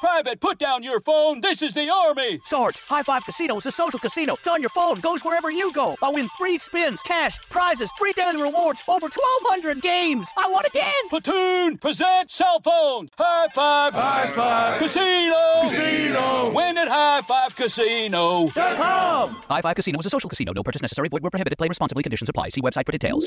Private, put down your phone. This is the Army. Sarge, High Five Casino is a social casino. It's on your phone, goes wherever you go. I win free spins, cash, prizes, free daily rewards, over 1,200 games. I won again! Platoon, present cell phone. High five. High five. Casino. Casino. Win at High Five Casino. High Five Casino is a social casino. No purchase necessary. Void where prohibited. Play responsibly. Conditions apply. See website for details.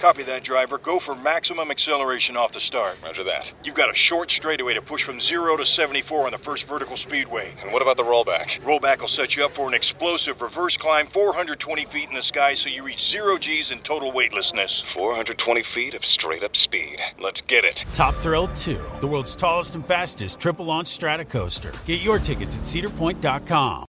Copy that, driver. Go for maximum acceleration off the start. Roger that. You've got a short straightaway to push from 0 to 74 on the first vertical speedway. And what about the rollback? Rollback will set you up for an explosive reverse climb 420 feet in the sky so you reach 0 G's in total weightlessness. 420 feet of straight up speed. Let's get it. Top Thrill 2, the world's tallest and fastest triple launch strata coaster. Get your tickets at cedarpoint.com.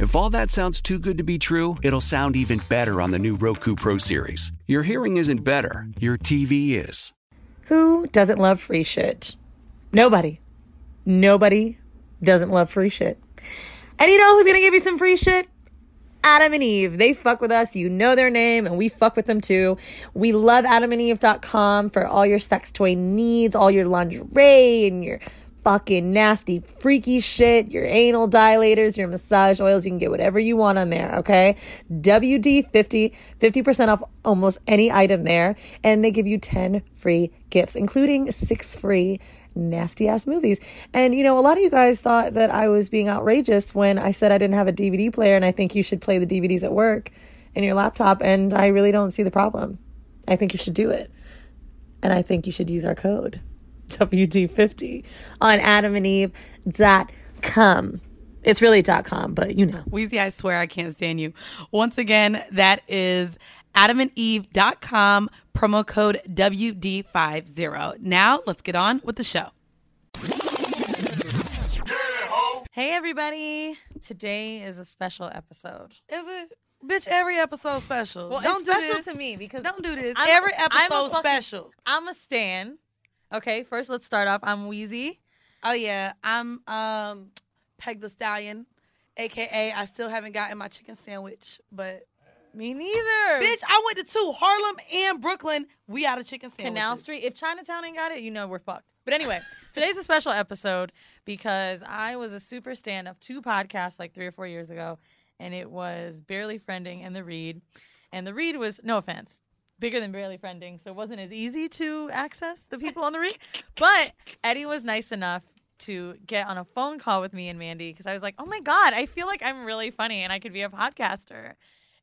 If all that sounds too good to be true, it'll sound even better on the new Roku Pro Series. Your hearing isn't better, your TV is. Who doesn't love free shit? Nobody. Nobody doesn't love free shit. And you know who's gonna give you some free shit? Adam and Eve. They fuck with us. You know their name, and we fuck with them too. We love adamandeve.com for all your sex toy needs, all your lingerie, and your fucking nasty, freaky shit, your anal dilators, your massage oils. You can get whatever you want on there, okay? WD50, 50% off almost any item there. And they give you 10 free gifts, including six free nasty ass movies. And you know, a lot of you guys thought that I was being outrageous when I said I didn't have a DVD player and I think you should play the DVDs at work in your laptop. And I really don't see the problem. I think you should do it. And I think you should use our code WD50 on adamandeve.com. It's really dot .com, but you know. Wheezy, I swear I can't stand you. Once again, that is adamandeve.com, promo code WD50. Now, let's get on with the show. Hey everybody! Today is a special episode. Is it? Bitch, every episode special. Well, Don't Don't do do this. this me because Don't do this. I'm- Every I'm a episode's fucking- special. I'm a stan. Okay, first let's start off. I'm Wheezy. Oh yeah, I'm um Peg the Stallion, aka I still haven't gotten my chicken sandwich, but Me neither. bitch, I went to two Harlem and Brooklyn. We out of chicken sandwiches. Canal Street. If Chinatown ain't got it, you know we're fucked. But anyway, today's a special episode because I was a super stand of two podcasts like three or four years ago, and it was Barely Friending and The Read. And The Read was, no offense, bigger than Barely Friending, so it wasn't as easy to access the people on The Read. But Eddie was nice enough to get on a phone call with me and Mandy because I was like, oh my God, I feel like I'm really funny and I could be a podcaster.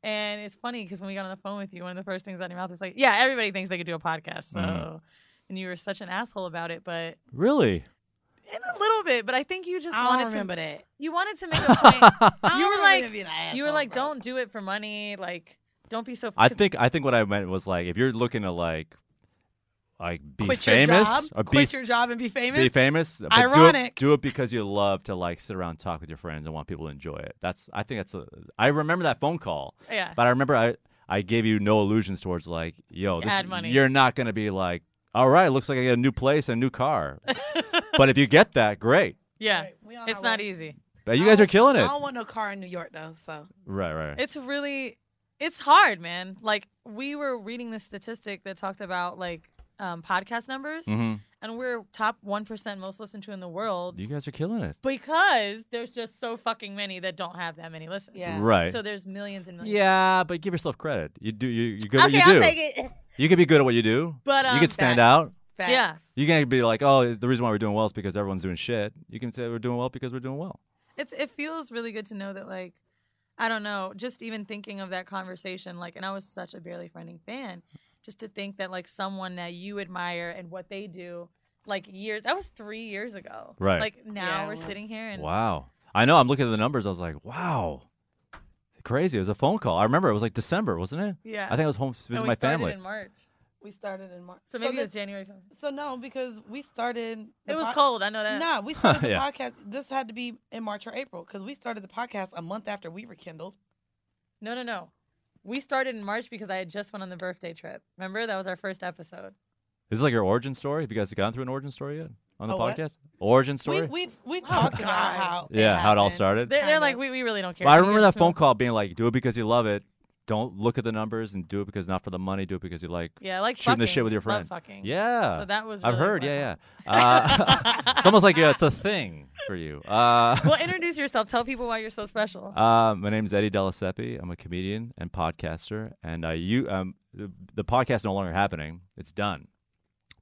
And it's funny because when we got on the phone with you, one of the first things out of your mouth is like, "Yeah, everybody thinks they could do a podcast." So, and you were such an asshole about it, but Mm-hmm. Really? in a little bit. But I think you just I wanted don't remember to. that. You wanted to make a point. I you don't were remember like, being an you were like, asshole, don't do it for money. Like, don't be so. I think I think what I meant was like if you're looking to like like be quit famous, your job, or be, quit your job and be famous. be famous. but Ironic. Do it, do it because you love to like sit around and talk with your friends and want people to enjoy it. That's I think that's a I remember that phone call. Yeah. But I remember I I gave you no illusions towards like, yo, this Add money. you're not going to be like, all right, looks like I get a new place and a new car. but if you get that, great. yeah, Right, we on it's our not way. easy. But you guys are killing I it. don't want no car in New York though, so Right, right. It's really, it's hard, man. Like we were reading this statistic that talked about like um, podcast numbers, Mhm. and we're top one percent most listened to in the world. You guys are killing it. because there's just so fucking many that don't have that many listens. Yeah. Right. So there's millions and millions. Yeah, but give yourself credit. You do you you good at what okay, you do. I'll take it. You can be good at what you do. But, um, you can stand facts. out. Facts. Yeah. You can be like, oh, the reason why we're doing well is because everyone's doing shit. You can say we're doing well because we're doing well. It's it feels really good to know that like I don't know, just even thinking of that conversation like and I was such a barely friending fan just to think that like someone that you admire and what they do like years that was 3 years ago. Right. Like now Yeah, it we're was. sitting here and Wow. I know. I'm looking at the numbers. I was like, wow, crazy. It was a phone call. I remember it was like December, wasn't it? Yeah. I think I was home and visiting we my started family. in March. We started in March. So maybe the- it's January something. So no, because we started. the It was pod- cold, uh, I know that. Nah, we started the Yeah. podcast. This had to be in March or April because we started the podcast a month after we were kindled. No, no, no. We started in March because I had just went on the birthday trip. Remember that was our first episode. This is like your origin story. Have you guys gone through an origin story yet on the A what? podcast? Origin story. We we've we've Oh, talked about how it yeah, how it all happened. started. They're, they're like, we, we really don't care. Well, I You remember guys that phone don't- call being like, "Do it because you love it. Don't look at the numbers and do it because not for the money. Do it because you like." Yeah, I like shooting the fucking. shit with your friend. Love fucking. Yeah. So that was I've really heard. what Yeah, yeah. Uh, it's almost like yeah, it's a thing for you. Uh, Well, introduce yourself. Tell people why you're so special. Uh, my name is Eddie Delaseppe. I'm a comedian and podcaster, and I you um the, the podcast is no longer happening. It's done.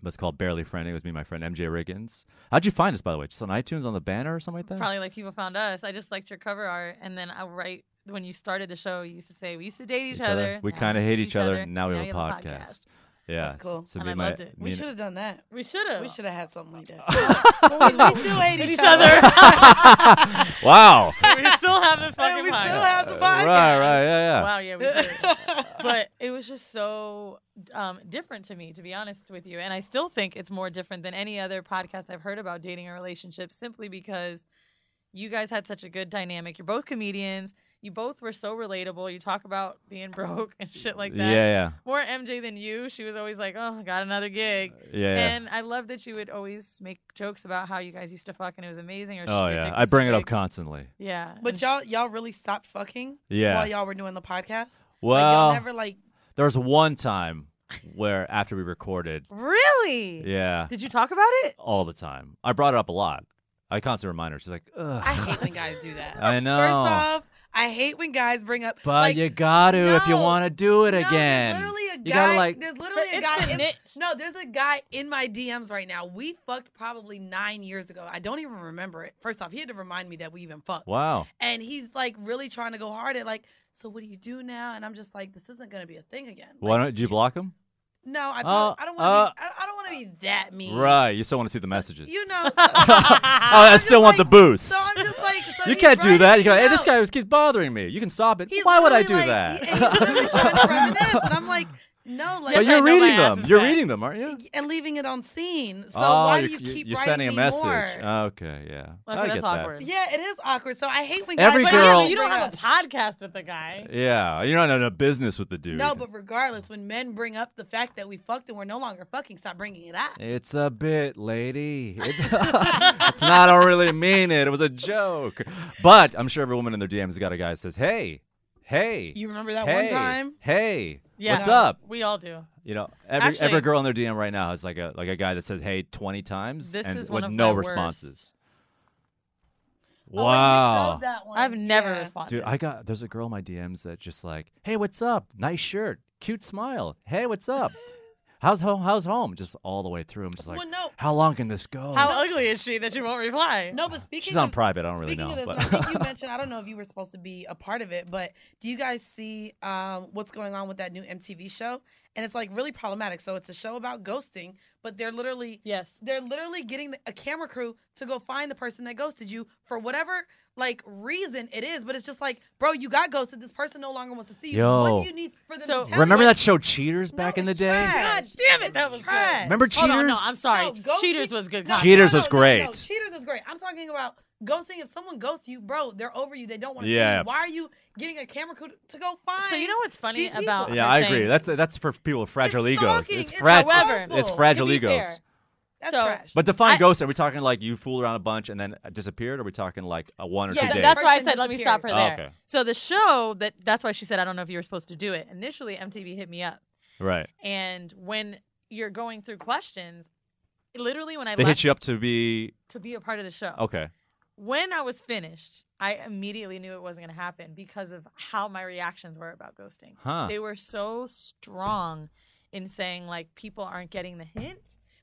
But it's called Barely Friendly. It was me and my friend MJ Riggins. How'd you find us, by the way? Just on iTunes on the banner or something like that? Probably like people found us. I just liked your cover art, and then I right when you started the show, you used to say we used to date each, other. We now kind of hate hate each other. and Now we have a you podcast. Yeah. That's cool. So And me I my, loved it. me We and- should have done that. We should have. We should have had something like that. 'Cause we still hate each, other. Wow. we still have this fucking we still podcast. have the right, podcast. right, yeah, yeah. Wow, yeah, we did. but it was just so um, different to me, to be honest with you. And I still think it's more different than any other podcast I've heard about dating and relationships, simply because you guys had such a good dynamic. You're both comedians. You both were so relatable. You talk about being broke and shit like that. Yeah, yeah. More MJ than you. She was always like, "Oh, got another gig." Yeah. yeah. And I love that you would always make jokes about how you guys used to fuck and it was amazing. Or oh your yeah. dick I was bring it up big. constantly. Yeah. But and y'all y'all really stopped fucking Yeah. while y'all were doing the podcast. like, Well, y'all never like there was one time where after we recorded, really. yeah, Did you talk about it? all the time. I brought it up a lot. I constantly remind her. She's like, Ugh. I hate when guys do that. I know. First off, I hate when guys bring up. but like, you got to if you no, want to do it no, again. There's literally a you guy. gotta like, there's literally But a it's guy. the in, niche. No, there's a guy in my DMs right now. We fucked probably nine years ago. I don't even remember it. First off, he had to remind me that we even fucked. wow. And he's like really trying to go hard at like. So what do you do now? And I'm just like, this isn't gonna be a thing again. Why Like, don't you block him? No, I. Oh, probably- I don't want. uh, to be, I, I don't want to be that mean. Right. You still want to see the messages. You know. So, oh, I I'm still just want the like- boost. So I'm just like. So you he's can't do that. You writing go, me hey, this out. guy was, keeps bothering me. You can stop it. He's Why would I do literally, like, that? he- and he's literally trying to reminisce, and I'm like, no, like, but Yes, I you're know my reading ass them. is You're fat. reading them, aren't you? and leaving it on scene. So oh, why do you're, you keep you're writing sending me a message. Uh, more? Okay, yeah. I Well, that's get that. awkward. yeah, it is awkward. So I hate when guys. Every But bring yeah, girl- but you don't bring have a podcast with the guy. Yeah, you're not in a business with the dude. No, but regardless, when men bring up the fact that we fucked and we're no longer fucking, stop bringing it up. It's a bit, lady. It's, it's not. I don't really mean it. It was a joke. But I'm sure every woman in their DMs has got a guy that says, "Hey, hey, You remember that hey, one time? Hey, Yeah. what's up?" We all do. You know, every Actually- every girl in their DM right now has like a like a guy that says, "Hey," 20 times This and is with one of no my worst. responses. Oh, and you wow. showed that one. I've never Yeah. responded. Dude, I got there's a girl in my DMs that just like, hey, what's up? Nice shirt, cute smile. Hey, what's up? How's home? How's home? Just all the way through. I'm just like, Well, no. how long can this go? How ugly is she that you won't reply? No, but speaking She's on of, private. I don't really speaking know. of this, but- and I think you mentioned. I don't know if you were supposed to be a part of it, but do you guys see um, what's going on with that new MTV show? And it's like really problematic. So it's a show about ghosting, but they're literally Yes. they're literally getting the- a camera crew to go find the person that ghosted you for whatever like reason it is. But it's just like, bro, you got ghosted. This person no longer wants to see you. Yo. What do you need for them So- to tell Remember you? that show Cheaters back No, in the it's day? trash. God damn it, That was trash. good. Remember Hold Cheaters? on, no, I'm sorry. No, ghosting- Cheaters was good. No, God. Cheaters no, was no, no, no. great. Cheaters was great. I'm talking about ghosting. If someone ghosts you, bro, they're over you. They don't want to see Yeah. you. Why are you getting a camera crew to go find? So you know what's funny These people- about yeah, her I saying- agree. That's that's for people with fragile It's egos. stalking. It's It's fragile. horrible. It's To be fragile be egos. fair, That's so- trash. But define I- ghosts. Are we talking like you fooled around a bunch and then uh, disappeared? Or are we talking like a one or Yeah, two days? That's why I Person said let me stop her disappeared. there. Okay. So the show that that's why she said I don't know if you were supposed to do it. Initially, MTV hit me up, right. and when you're going through questions, literally when I They left hit you up to be to be a part of the show. okay. When I was finished, I immediately knew it wasn't going to happen because of how my reactions were about ghosting. Huh. They were so strong in saying like people aren't getting the hint.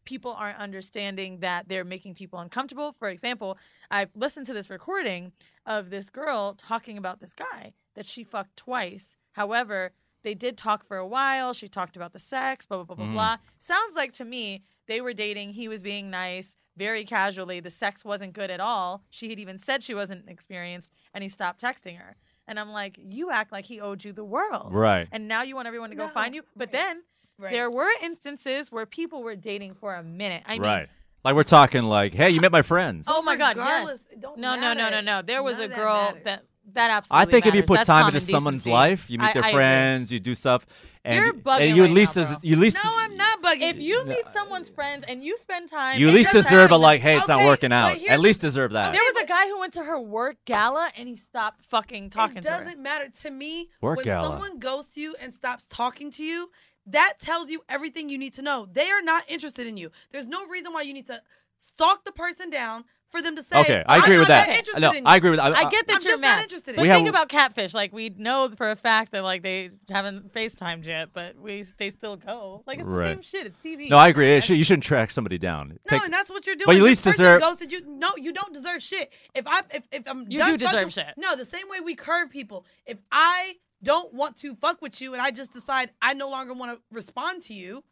People aren't understanding that they're making people uncomfortable. For example, I listened to this recording of this girl talking about this guy that she fucked twice. However, they did talk for a while. She talked about the sex, blah, blah, blah, blah, blah. Sounds like to me they were dating. He was being nice, very casually. The sex wasn't good at all. She had even said she wasn't experienced, and he stopped texting her. And I'm like, you act like he owed you the world. Right. And now you want everyone to go find you. But then Right. There were instances where people were dating for a minute. I mean, right. Like we're talking like, hey, you met my friends. Oh my God! Yes. Regardless, it don't No, no, no, no, matter. no. There was None a of that girl matters. that that absolutely. I think if you matters. put That's time common into someone's decency. life, you meet I- their I agree. friends, you do stuff, and You're you, bugging and you right at least now, des- bro. you at least No, I'm not bugging. If you meet someone's friends and you spend time, you at It least doesn't deserve a matter. like, hey, it's not Okay, working but out. here's At the- least deserve that. There was a guy who went to her work gala and he stopped fucking talking it to her. doesn't matter to me Work when gala. someone ghosts you and stops talking to you that tells you everything you need to know they are not interested in you there's no reason why you need to stalk the person down for them to say Okay, I agree am with not that. interested No, in you. I agree with. I, I get that I'm you're just mad. not But interested in it. We think have- about catfish. Like we know for a fact that like they haven't FaceTimed yet, but we they still go. Like it's the Right. same shit. It's TV. No, I agree. It should- you shouldn't track somebody down. no, Take- and that's what you're doing. But you at least This person deserve. Ghosted you. No, you don't deserve shit. If I, if, if I'm You done do fucking- deserve shit. No, the same way we curve people. If I don't want to fuck with you, and I just decide I no longer want to respond to you,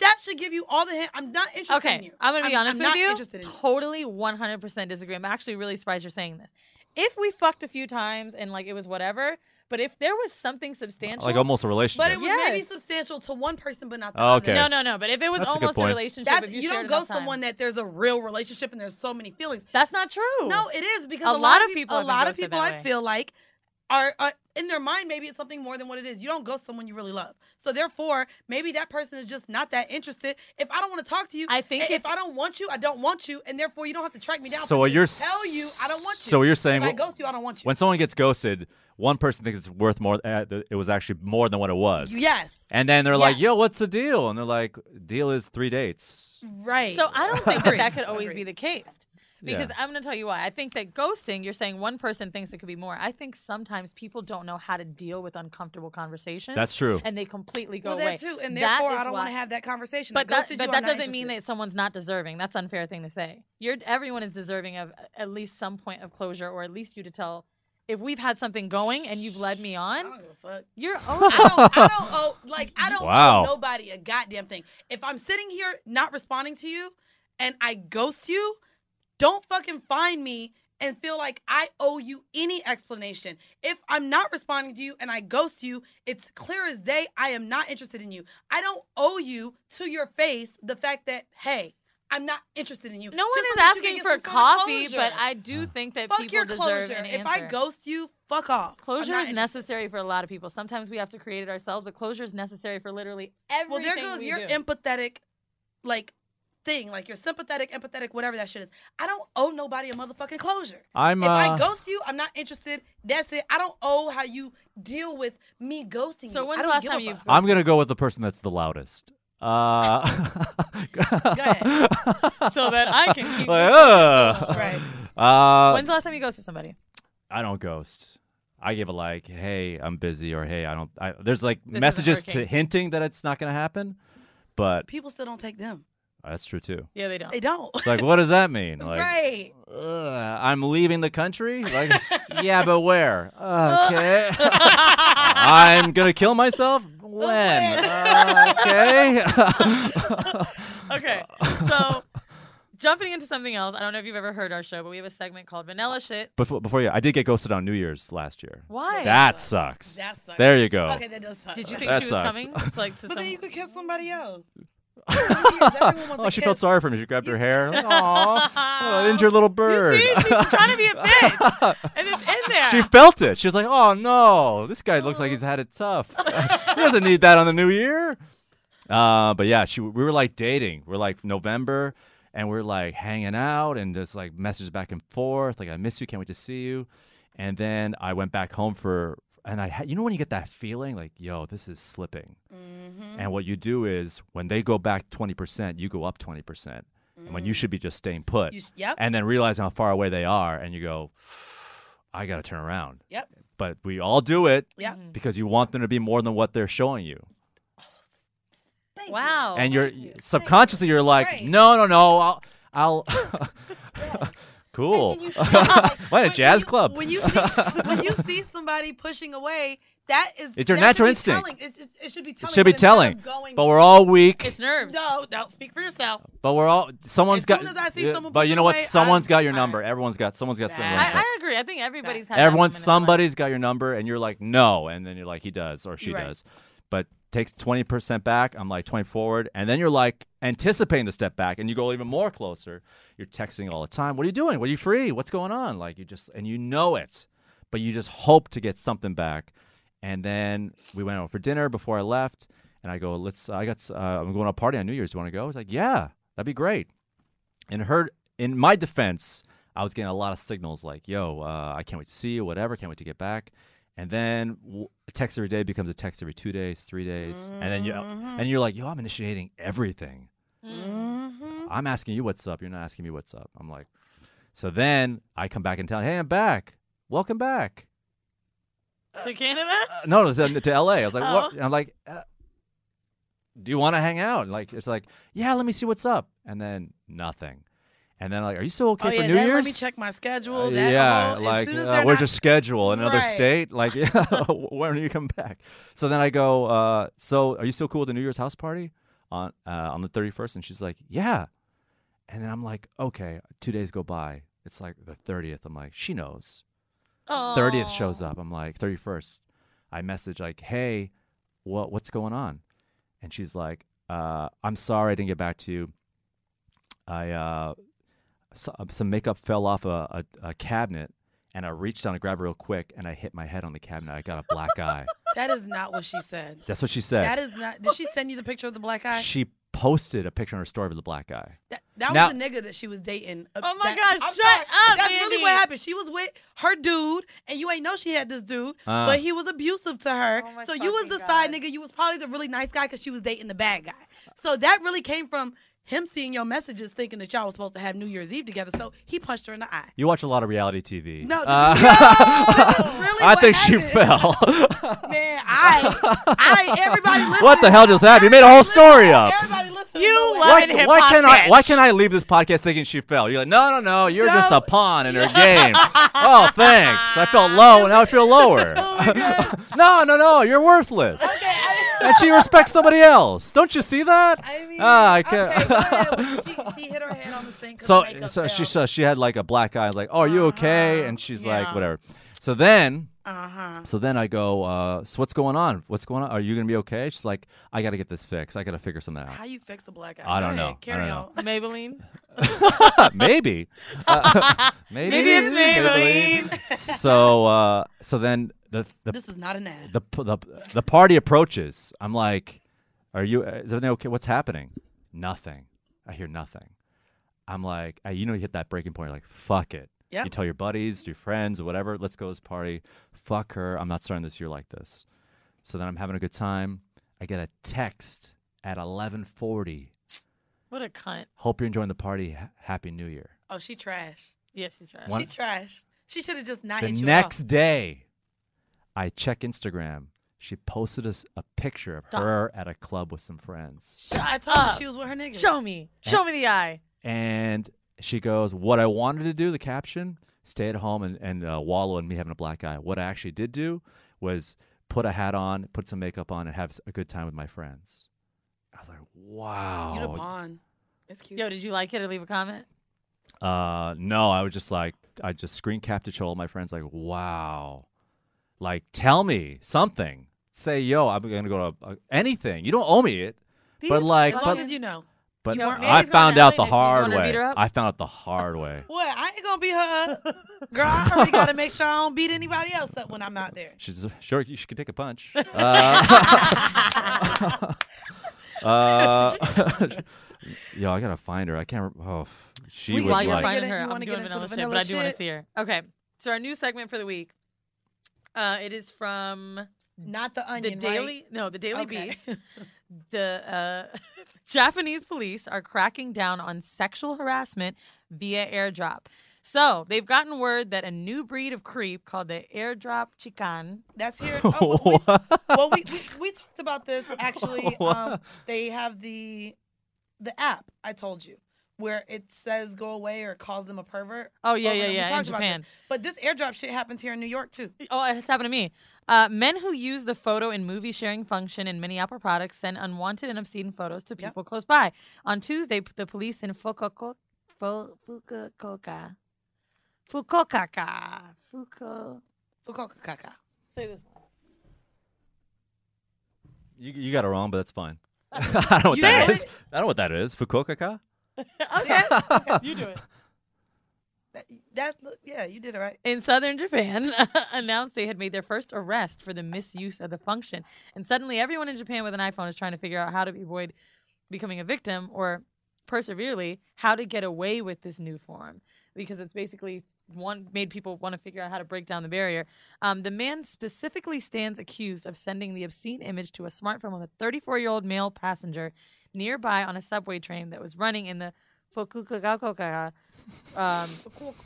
that should give you all the hint. I'm not interested okay, in you. I'm gonna be honest I'm not with you. Interested in you. totally 100% disagree. I'm actually really surprised you're saying this. If we fucked a few times and like it was whatever, but if there was something substantial, Like almost a relationship. But it was maybe Yes. substantial to one person, but not the Oh, other. okay. no, no, no. But if it was That's a good almost a, point. relationship, That's if you, you, don't shared go enough time- someone that there's a real relationship and there's so many feelings. That's not true. No, it is because Oh. A a, lot of peop- people a have been lot of ghosted people, that I way. feel like, are uh, in their mind maybe it's something more than what it is. You don't ghost someone you really love, so therefore maybe that person is just not that interested. If I don't want to talk to you, I think and if it's- I don't want you, I don't want you, and therefore you don't have to track me down. So for what me you're to tell you I don't want you. so what you're saying- if I ghost you, I don't want you. when someone gets ghosted, one person thinks it's worth more. Uh, th- it was actually more than what it was. yes, And then they're Yeah. Mm-hmm. like, "Yo, what's the deal?" And they're like, "Deal is three dates." right. So I don't think that Agreed. that could always be Agreed. the case. Because I'm going to tell you why. I think that ghosting, you're saying one person thinks it could be more. I think sometimes people don't know how to deal with uncomfortable conversations. That's true. And they completely go well, away. that too, and That therefore is I don't want why- to have that conversation. I But that, ghosted you, but I'm that not doesn't mean interested. that someone's not deserving. That's unfair thing to say. You're everyone is deserving of at least some point of closure, or at least you to tell. If we've had something going and you've led me I on, don't give a fuck. you're I own. don't, I don't owe like I don't Wow. owe nobody a goddamn thing. If I'm sitting here not responding to you and I ghost you, don't fucking find me and feel like I owe you any explanation. If I'm not responding to you and I ghost you, it's clear as day I am not interested in you. I don't owe you to your face the fact that hey, I'm not interested in you. no one Just so is that you can asking get for some sort of coffee, but closure. I do think that fuck people your deserve closure. an If I answer. ghost you, fuck off. I'm Closure not is interested. necessary for a lot of people. Sometimes we have to create it ourselves, but closure is necessary for literally everything. Well, there goes we do. your empathetic, like thing, like your sympathetic, empathetic, whatever that shit is. I don't owe nobody a motherfucking closure. I'm. If uh, I ghost you, I'm not interested. That's it. I don't owe how you deal with me ghosting So you. when's the I don't last give a time you- fuck. I'm gonna go with the person that's the loudest. Uh, So that I can keep Like, myself "Ugh." Right. Uh, When's the last time you ghosted somebody? I don't ghost. I give a like, hey, I'm busy, or hey, I don't. I, there's like isn't messages to working. hinting that it's not gonna happen, but People still don't take them. that's true too. Yeah, they don't. They don't. Like, oh. what does that mean? Like, right. "Ugh, I'm leaving the country. Like, yeah, but where? Okay, I'm gonna kill myself. When? When? okay. Okay, so jumping into something else. I don't know if you've ever heard our show, but we have a segment called Vanilla Shit. before before you, I did get ghosted on New Year's last year. Why? That sucks. That sucks. There you go. Okay, that does suck. Did you think That she was sucks. coming? It's like to But some. then you could kiss somebody else. Everyone wants Oh, to she kiss. felt sorry for me. She grabbed her hair. Aw, oh, injured little bird. Ah, See, she's trying to be a bitch, and it's in there. She felt it. She was like, "Oh no, this guy looks like he's had it tough. he doesn't need that on the new year." Uh, but yeah, she we were like dating. We're like November, and we're like hanging out and just like messages back and forth. Like, "I miss you. Can't wait to see you." And then I went back home for, and I had, you know when you get that feeling like, "Yo, this is slipping." And what you do is when they go back twenty percent, you go up twenty percent. And when you should be just staying put, Mm. You s- yep. and then realizing how far away they are, and you go, I got to turn around. Yep. But we all do it Yeah. because you want them to be more than what they're showing you. Oh, Thank you. wow. and you're subconsciously you're like, Great. "No, no, no. I'll I'll Cool. And then you should, like, What a when jazz you- club. When you see, when you see somebody pushing away, that is It's your that natural should be instinct. telling. It's- It, it should be telling. should you be instead telling. of Going, But we're all weak. it's nerves. no, no, speak for yourself. but we're all someone's As got soon as I see yeah, someone But you know what? pushing away, Someone's I'm- got your I'm- number. Everyone's got someone's got someone's I, got- I agree. I think everybody's had. that Everyone moment in their life. somebody's got your number and you're like, "No." And then you're like, "He does or she Right. does." But takes 20% back. I'm like 20 forward. And then you're like anticipating the step back and you go even more closer. You're texting all the time. What are you doing? What are you free? What's going on? Like you just, and you know it, but you just hope to get something back. And then we went out for dinner before I left. And I go, let's, I got, uh, I'm going to a party on New Year's. Do you want to go? He's like, yeah, that'd be great. And her, in my defense, I was getting a lot of signals like, yo, uh, I can't wait to see you, whatever, can't wait to get back. And then w- a text every day becomes a text every two days, three days, and then you uh, and you're like, "Yo, I'm initiating everything. Mm-hmm. I'm asking you what's up. You're not asking me what's up." I'm like, so then I come back in town. Hey, I'm back. Welcome back. to Canada? Uh, no, to, to L.A. I was like, Oh. "What?" And I'm like, uh, "Do you want to hang out?" Like it's like, "Yeah, let me see what's up," and then nothing. And then like, "Are you still okay oh yeah, for New then Year's?" let me check my schedule. Uh, that yeah, whole- like as soon as uh, they're where's not- your schedule? In another Right. state? Like, when do you come back? So then I go. Uh, so are you still cool with the New Year's house party on uh, on the thirty first? And she's like, yeah. And then I'm like, okay. Two days go by. It's like the thirtieth. I'm like, she knows. Oh. Thirtieth shows up. I'm like, thirty first. I message like, hey, what what's going on? And she's like, uh, I'm sorry I didn't get back to you. I uh, so- some makeup fell off a, a, a cabinet, and I reached down to grab it real quick, and I hit my head on the cabinet. I got a black eye. That is not what she said. That's what she said. That is not. Did she send you the picture of the black eye? she posted a picture on her story of the black eye. That, that Now- was the nigga that she was dating. Uh, Oh my that- gosh, I'm shut sorry. up, That's really what Andy. happened. She was with her dude, and you ain't know she had this dude, Uh. but he was abusive to her. Oh my so you was the fucking side God. nigga. You was probably the really nice guy because she was dating the bad guy. So that really came from him seeing your messages, thinking that y'all was supposed to have New Year's Eve together. So he punched her in the eye. You watch a lot of reality TV. No, this Uh, is, no, this is really I what think she happened. fell. Man, I, I, everybody listen. What the hell just happened? You made a whole story up. Everybody listen. You No way. love Why, Loving hip why hop can I? Why bitch. can I leave this podcast thinking she fell? You're like, no, no, no. You're just No. a pawn in her game. oh, thanks. I felt low, and now I feel lower. Oh, no, no, no. You're worthless. and she respects somebody else. Don't you see that? I mean, ah, I okay, can't. go ahead. She, she hit her head on the sink. 'cause so, her makeup so she fell. so she had like a black eye. Like, oh, are you okay? And she's like, Uh-huh. yeah. whatever. So then, Uh-huh. so then I go. Uh, so what's going on? What's going on? Are you gonna be okay? She's like, I gotta get this fixed. I gotta figure something out. How you fix a black eye? I Go don't know. ahead, I Carry don't know. on. Maybelline? maybe. Uh, maybe. Maybe it's Maybelline. so uh, so then the the This is not an ad. the, p- the the party approaches. I'm like, "Are you? uh, Is everything okay? What's happening? Nothing. I hear nothing. I'm like, uh, you know, you hit that breaking point. You're like, fuck it. Yep. You tell your buddies, your friends, or whatever. Let's go to this party. Fuck her. I'm not starting this year like this. So then I'm having a good time. I get a text at 11:40. What a cunt. Hope you're enjoying the party. Ha- Happy New Year. oh, she trash. Yeah, she's right. One- She trash. She should have just not The hit you next day, I check Instagram. She posted us a picture of her at a club with some friends. At all. I told up. her she was with her nigga. Show me. Eh? Show me the eye. And she goes, What I wanted to do, the caption, stay at home and, and uh, wallow in me having a black eye. What I actually did do was put a hat on, put some makeup on, and have s- a good time with my friends. I was like, You the Wow. pawn. It's cute. Yo, did you like it or leave a comment? Uh, no, I was just like, I just screen capped to show all my friends, like, Wow. Like, tell me something. Say, yo, I'm going to go to uh, anything. You don't owe me it. but, These like, as long but, as you know. but You I weren't- Mandy's going found to out the LA next week. You hard wanna beat way. her up? I found out the hard way. What? I ain't gonna be her. up. Girl, I already gotta make sure I don't beat anybody else up when I'm out there. She's sure she could take a punch. Uh, uh, yo, I gotta find her. I can't. Rem- oh, f- she We was While like- you're like, finding You her, I'm wanna get doing into vanilla the shit, but vanilla I do want to shit? see her. Okay, so our new segment for the week, uh, it is from Not the the onion. Daily. No, the Daily right? Okay. Beast. The uh, Japanese police are cracking down on sexual harassment via airdrop. So they've gotten word that a new breed of creep called the airdrop chican. That's here. Oh, we- well, we, we we talked about this actually. Um, they have the the app I told you where it says go away or calls them a pervert. Oh yeah, over yeah, them. We yeah. In talked about this. Japan. But this airdrop shit happens here in New York too. Oh, it's happened to me. Uh, men who use the photo and movie sharing function in many Apple products send unwanted and obscene photos to Yep. people close by. On Tuesday, p- the police in Fukuoka, Fu- Fukuoka, Fukuoka, Fukuoka. Fukuoka kaka. Say this You, you got it wrong, but that's fine. I don't know what You that know is. it. I don't know what that is. Fukuoka? okay. You do it. That, that yeah, you did it right. in southern Japan announced they had made their first arrest for the misuse of the function. And suddenly, everyone in Japan with an iPhone is trying to figure out how to avoid becoming a victim or perseverely how to get away with this new form because it's basically one made people want to figure out how to break down the barrier. Um, the man specifically stands accused of sending the obscene image to a smartphone of a 34 year old male passenger nearby on a subway train that was running in the Fukuoka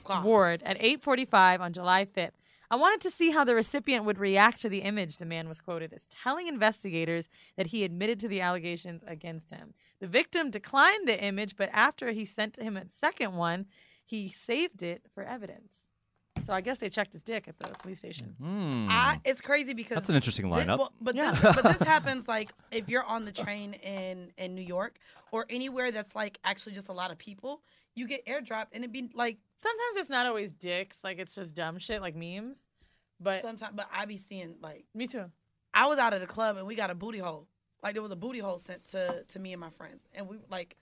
um, ward at 8:45 on July 5th. I wanted to see how the recipient would react to the image. The man was quoted as telling investigators that he admitted to the allegations against him. The victim declined the image, but after he sent him a second one, he saved it for evidence. So I guess they checked his dick at the police station. Hmm. I, it's crazy because That's an interesting thi- lineup. well, but this, but this happens like if you're on the train in in New York or anywhere that's like actually just a lot of people, you get airdropped and it'd be like Sometimes it's not always dicks, like it's just dumb shit, like memes. But sometimes. But I be seeing like me too. I was out of the club and we got a booty hole. Like there was a booty hole sent to to me and my friends, and we like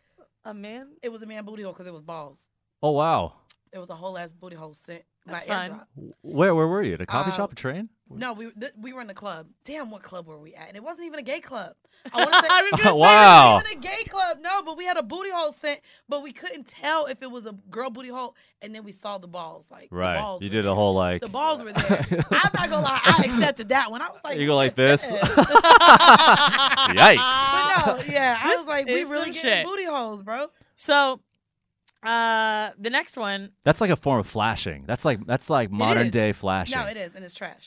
A man. it was a man booty hole because it was balls. Oh wow. It was a whole ass booty hole sent That's by fine. airdrop. Where where were you? At a coffee Uh, shop? A train? No, we th- we were in the club. Damn, what club were we at? And it wasn't even a gay club. I want to say, I was gonna say, wow. It wasn't even a gay club. No, but we had a booty hole sent, but we couldn't tell if it was a girl booty hole. And then we saw the balls, like The Right. balls You were did there. a whole like. The balls were there. I'm not gonna lie, I accepted that one. I was like, You go like "Yes." this? but no, Yikes. yeah, I This was like, we is really some getting shit. booty holes, bro. So uh the next one That's like a form of flashing. That's like that's like modern is. day flashing. No, it is, and it's trash.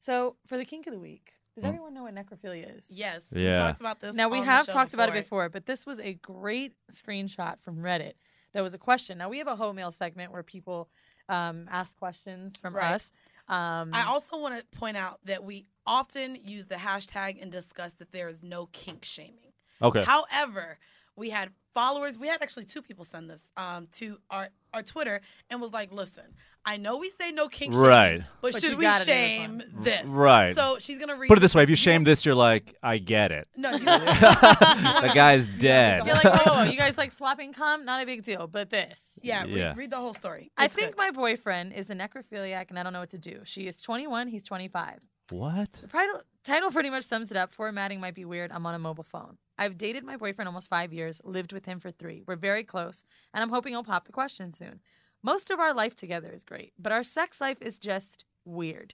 So for the kink of the week, does everyone know what necrophilia is? Yes, Yeah. We talked about this. Hmm. Now we on the have show talked about it before, but this was a great screenshot from Reddit. That was a question. Now we have a whole mail segment where people um, ask questions from Right. us. Um, I also want to point out that we often use the hashtag and discuss that there is no kink shaming. Okay. However, we had followers. We had actually two people send this um, to our, our Twitter and was like, "Listen, I know we say no kink shaming, Right. But, But you should we gotta do this shame one." this? Right. So she's gonna read. Put it this way: if you shame this, you're like, I get it. No, you the guy's dead. you're like, oh, you guys like swapping cum? Not a big deal, but this. yeah, read- Yeah. Read, the whole story. I It's think good. my boyfriend is a necrophiliac, and I don't know what to do. She is 21, he's 25. what? The title, title pretty much sums it up. Formatting might be weird. I'm on a mobile phone. I've dated my boyfriend almost five years, lived with him for three. We're very close, and I'm hoping he'll pop the question soon. Most of our life together is great, but our sex life is just weird.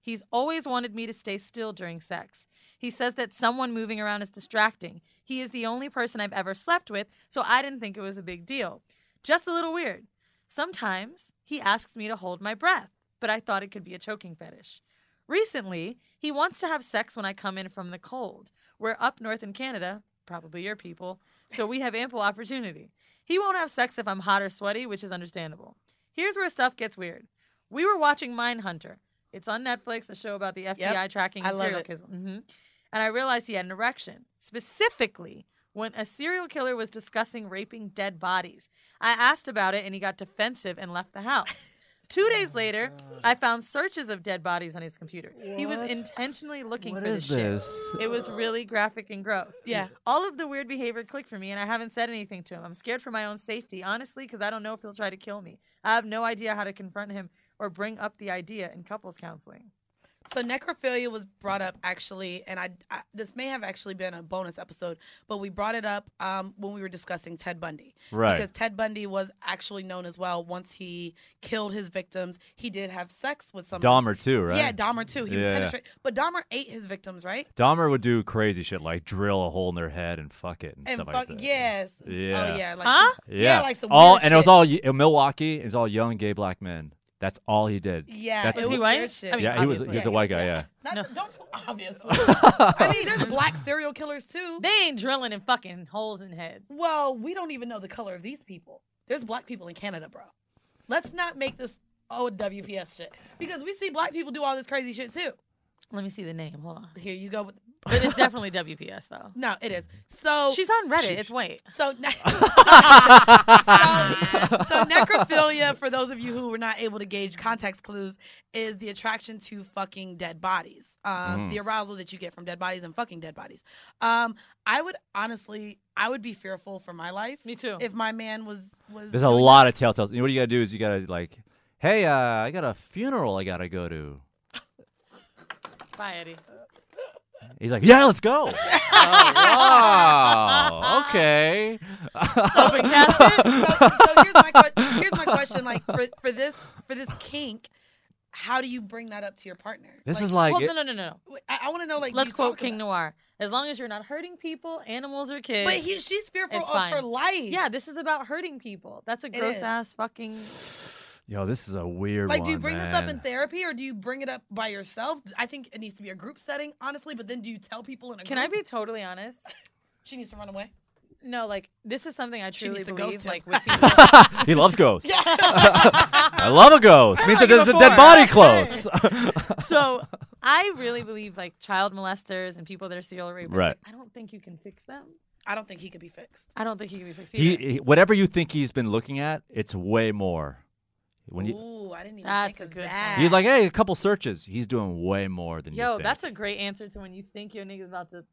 He's always wanted me to stay still during sex. He says that someone moving around is distracting. He is the only person I've ever slept with, so I didn't think it was a big deal. Just a little weird. Sometimes he asks me to hold my breath, but I thought it could be a choking fetish. Recently, he wants to have sex when I come in from the cold. We're up north in Canada, probably your people, so we have ample opportunity. He won't have sex if I'm hot or sweaty, which is understandable. Here's where stuff gets weird. We were watching Mindhunter. It's on Netflix, a show about the FBI tracking I and love serial it. killers. hmm And I realized he had an erection, specifically when a serial killer was discussing raping dead bodies. I asked about it, and he got defensive and left the house. Two days later, I found searches of dead bodies on his computer. He was What? intentionally looking What for is this shit. this? It was really graphic and gross. Yeah. All of the weird behavior clicked for me, and I haven't said anything to him. I'm scared for my own safety, honestly, because I don't know if he'll try to kill me. I have no idea how to confront him or bring up the idea in couples counseling. So necrophilia was brought up actually, and I, I this may have actually been a bonus episode, but we brought it up um, when we were discussing Ted Bundy, Right. Because Ted Bundy was actually known as well. Once he killed his victims, he did have sex with some Dahmer too, right? Yeah, Dahmer too. He Yeah, yeah. would penetrate, but Dahmer ate his victims, right? Dahmer would do crazy shit like drill a hole in their head and fuck it and, And stuff fuck like that. yes, Yeah. oh yeah, like Huh? Yeah. yeah, like some all weird and it was shit. all y- in Milwaukee. It was all young gay black men. That's all he did. Yeah, That's it was yeah, weird shit. I he mean, was he obviously. was a white guy. Yeah. Not, Don't obviously. I mean, there's black serial killers too. They ain't drilling and fucking holes in heads. Well, we don't even know the color of these people. There's black people in Canada, bro. Let's not make this oh WPS shit because we see black people do all this crazy shit too. Let me see the name. Hold on. Here you go. With, but it's definitely WPS though. No, it is. So she's on Reddit. it's white. So, so, so necrophilia, for those of you who were not able to gauge context clues, is the attraction to fucking dead bodies, um, Mm. Mhm. the arousal that you get from dead bodies and fucking dead bodies. Um, I would honestly, I would be fearful for my life. Me too. If my man was was There's a doing lot of telltales. And what you gotta do is you gotta like, hey, uh, I got a funeral I gotta go to. Bye, Eddie. He's like, yeah, let's go. oh, wow. Okay. Open casket? So, so here's my que- here's my question: like for, for this for this kink, how do you bring that up to your partner? This is like- Well, no, no, no, no. no. I, want to know like Let's you quote talk King Noir. As long as you're not hurting people, animals, or kids. But he- she's fearful it's of her fine. life. Yeah, this is about hurting people. That's a It gross is. ass fucking. Yo, this is a weird Like, one. do you bring man. this up in therapy or do you bring it up by yourself? I think it needs to be a group setting, honestly. But then, do you tell people in a? Can I be totally honest? She needs to run away. No, like this is something I She truly needs to ghost believe. him. Like with people. he loves ghosts. I love a ghost. I Means like there's it a dead before. body Right. close. so I really believe like child molesters and people that are serial rapists. Right. like, I don't think you can fix them. I don't think he could be fixed. I don't think he can be fixed. he, Either. he- whatever you think he's been looking at, it's way more. When you Ooh, I didn't even That's think a of good that. you're like, hey, a couple searches, he's doing way more than you Yo, think. that's a great answer to when you think your nigga's about to.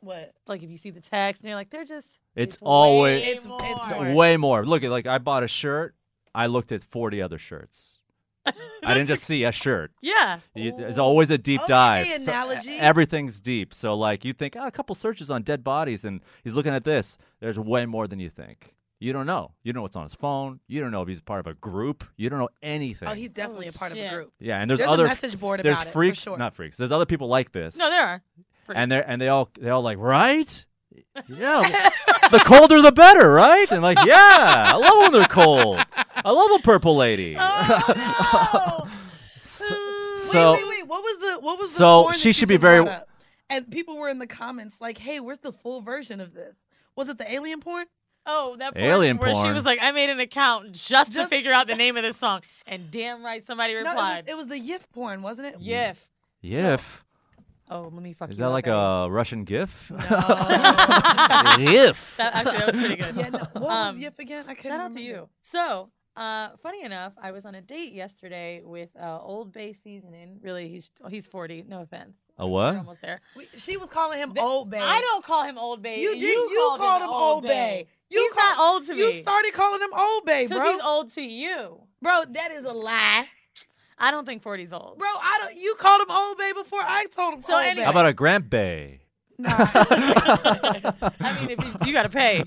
What? Like if you see the text and you're like, they're just. it's always way more. way more. Look at like I bought a shirt. I looked at 40 other shirts. I didn't just see a shirt. Yeah. You- there's always a deep dive. So, uh, analogy. everything's deep. So like you think oh, a couple searches on dead bodies, and he's looking at this. There's way more than you think. You don't know. You don't know what's on his phone. You don't know if he's part of a group. You don't know anything. Oh, he's definitely a part of a group. yeah, and there's, a other message board There's about freaks, it. For sure. not freaks. There's other people like this. No, there are. and they are and they all they all like right. Yeah, the colder the better, right? And like, yeah, I love when they're cold. I love a purple lady. Oh, so, wait, wait, wait. What was the what was the So porn she that should you be just very- brought up? And people were in the comments like, "Hey, where's the full version of this? Was it the alien porn? Oh, that porn Alien where she porn. was like, I made an account just, to figure out the name of this song, and damn right somebody No, it was, replied. it was the Yif porn, wasn't it? Yif. Yif. Oh, let me fuck Mm. Is you that up, like Eddie. a Russian GIF? No. That- actually, that was pretty good. Yeah, no, what was Um, Yif again? I couldn't Shout out to remember. you. So, uh, funny enough, I was on a date yesterday with uh, Old Bay seasoning. Really, he's he's forty. No offense. A what? We're almost there. We, she was calling him Old Bay. I don't call him Old Bay. You did. You, called, him Old Bay. You he's call- not old to me. You started calling him Old Bay, 'Cause bro. he's old to you, bro. That is a lie, I don't think 40's old. bro. I don't. You called him Old Bay before I told him. So Old anyway- How about a Grand Bay? I mean, if you, you gotta pay.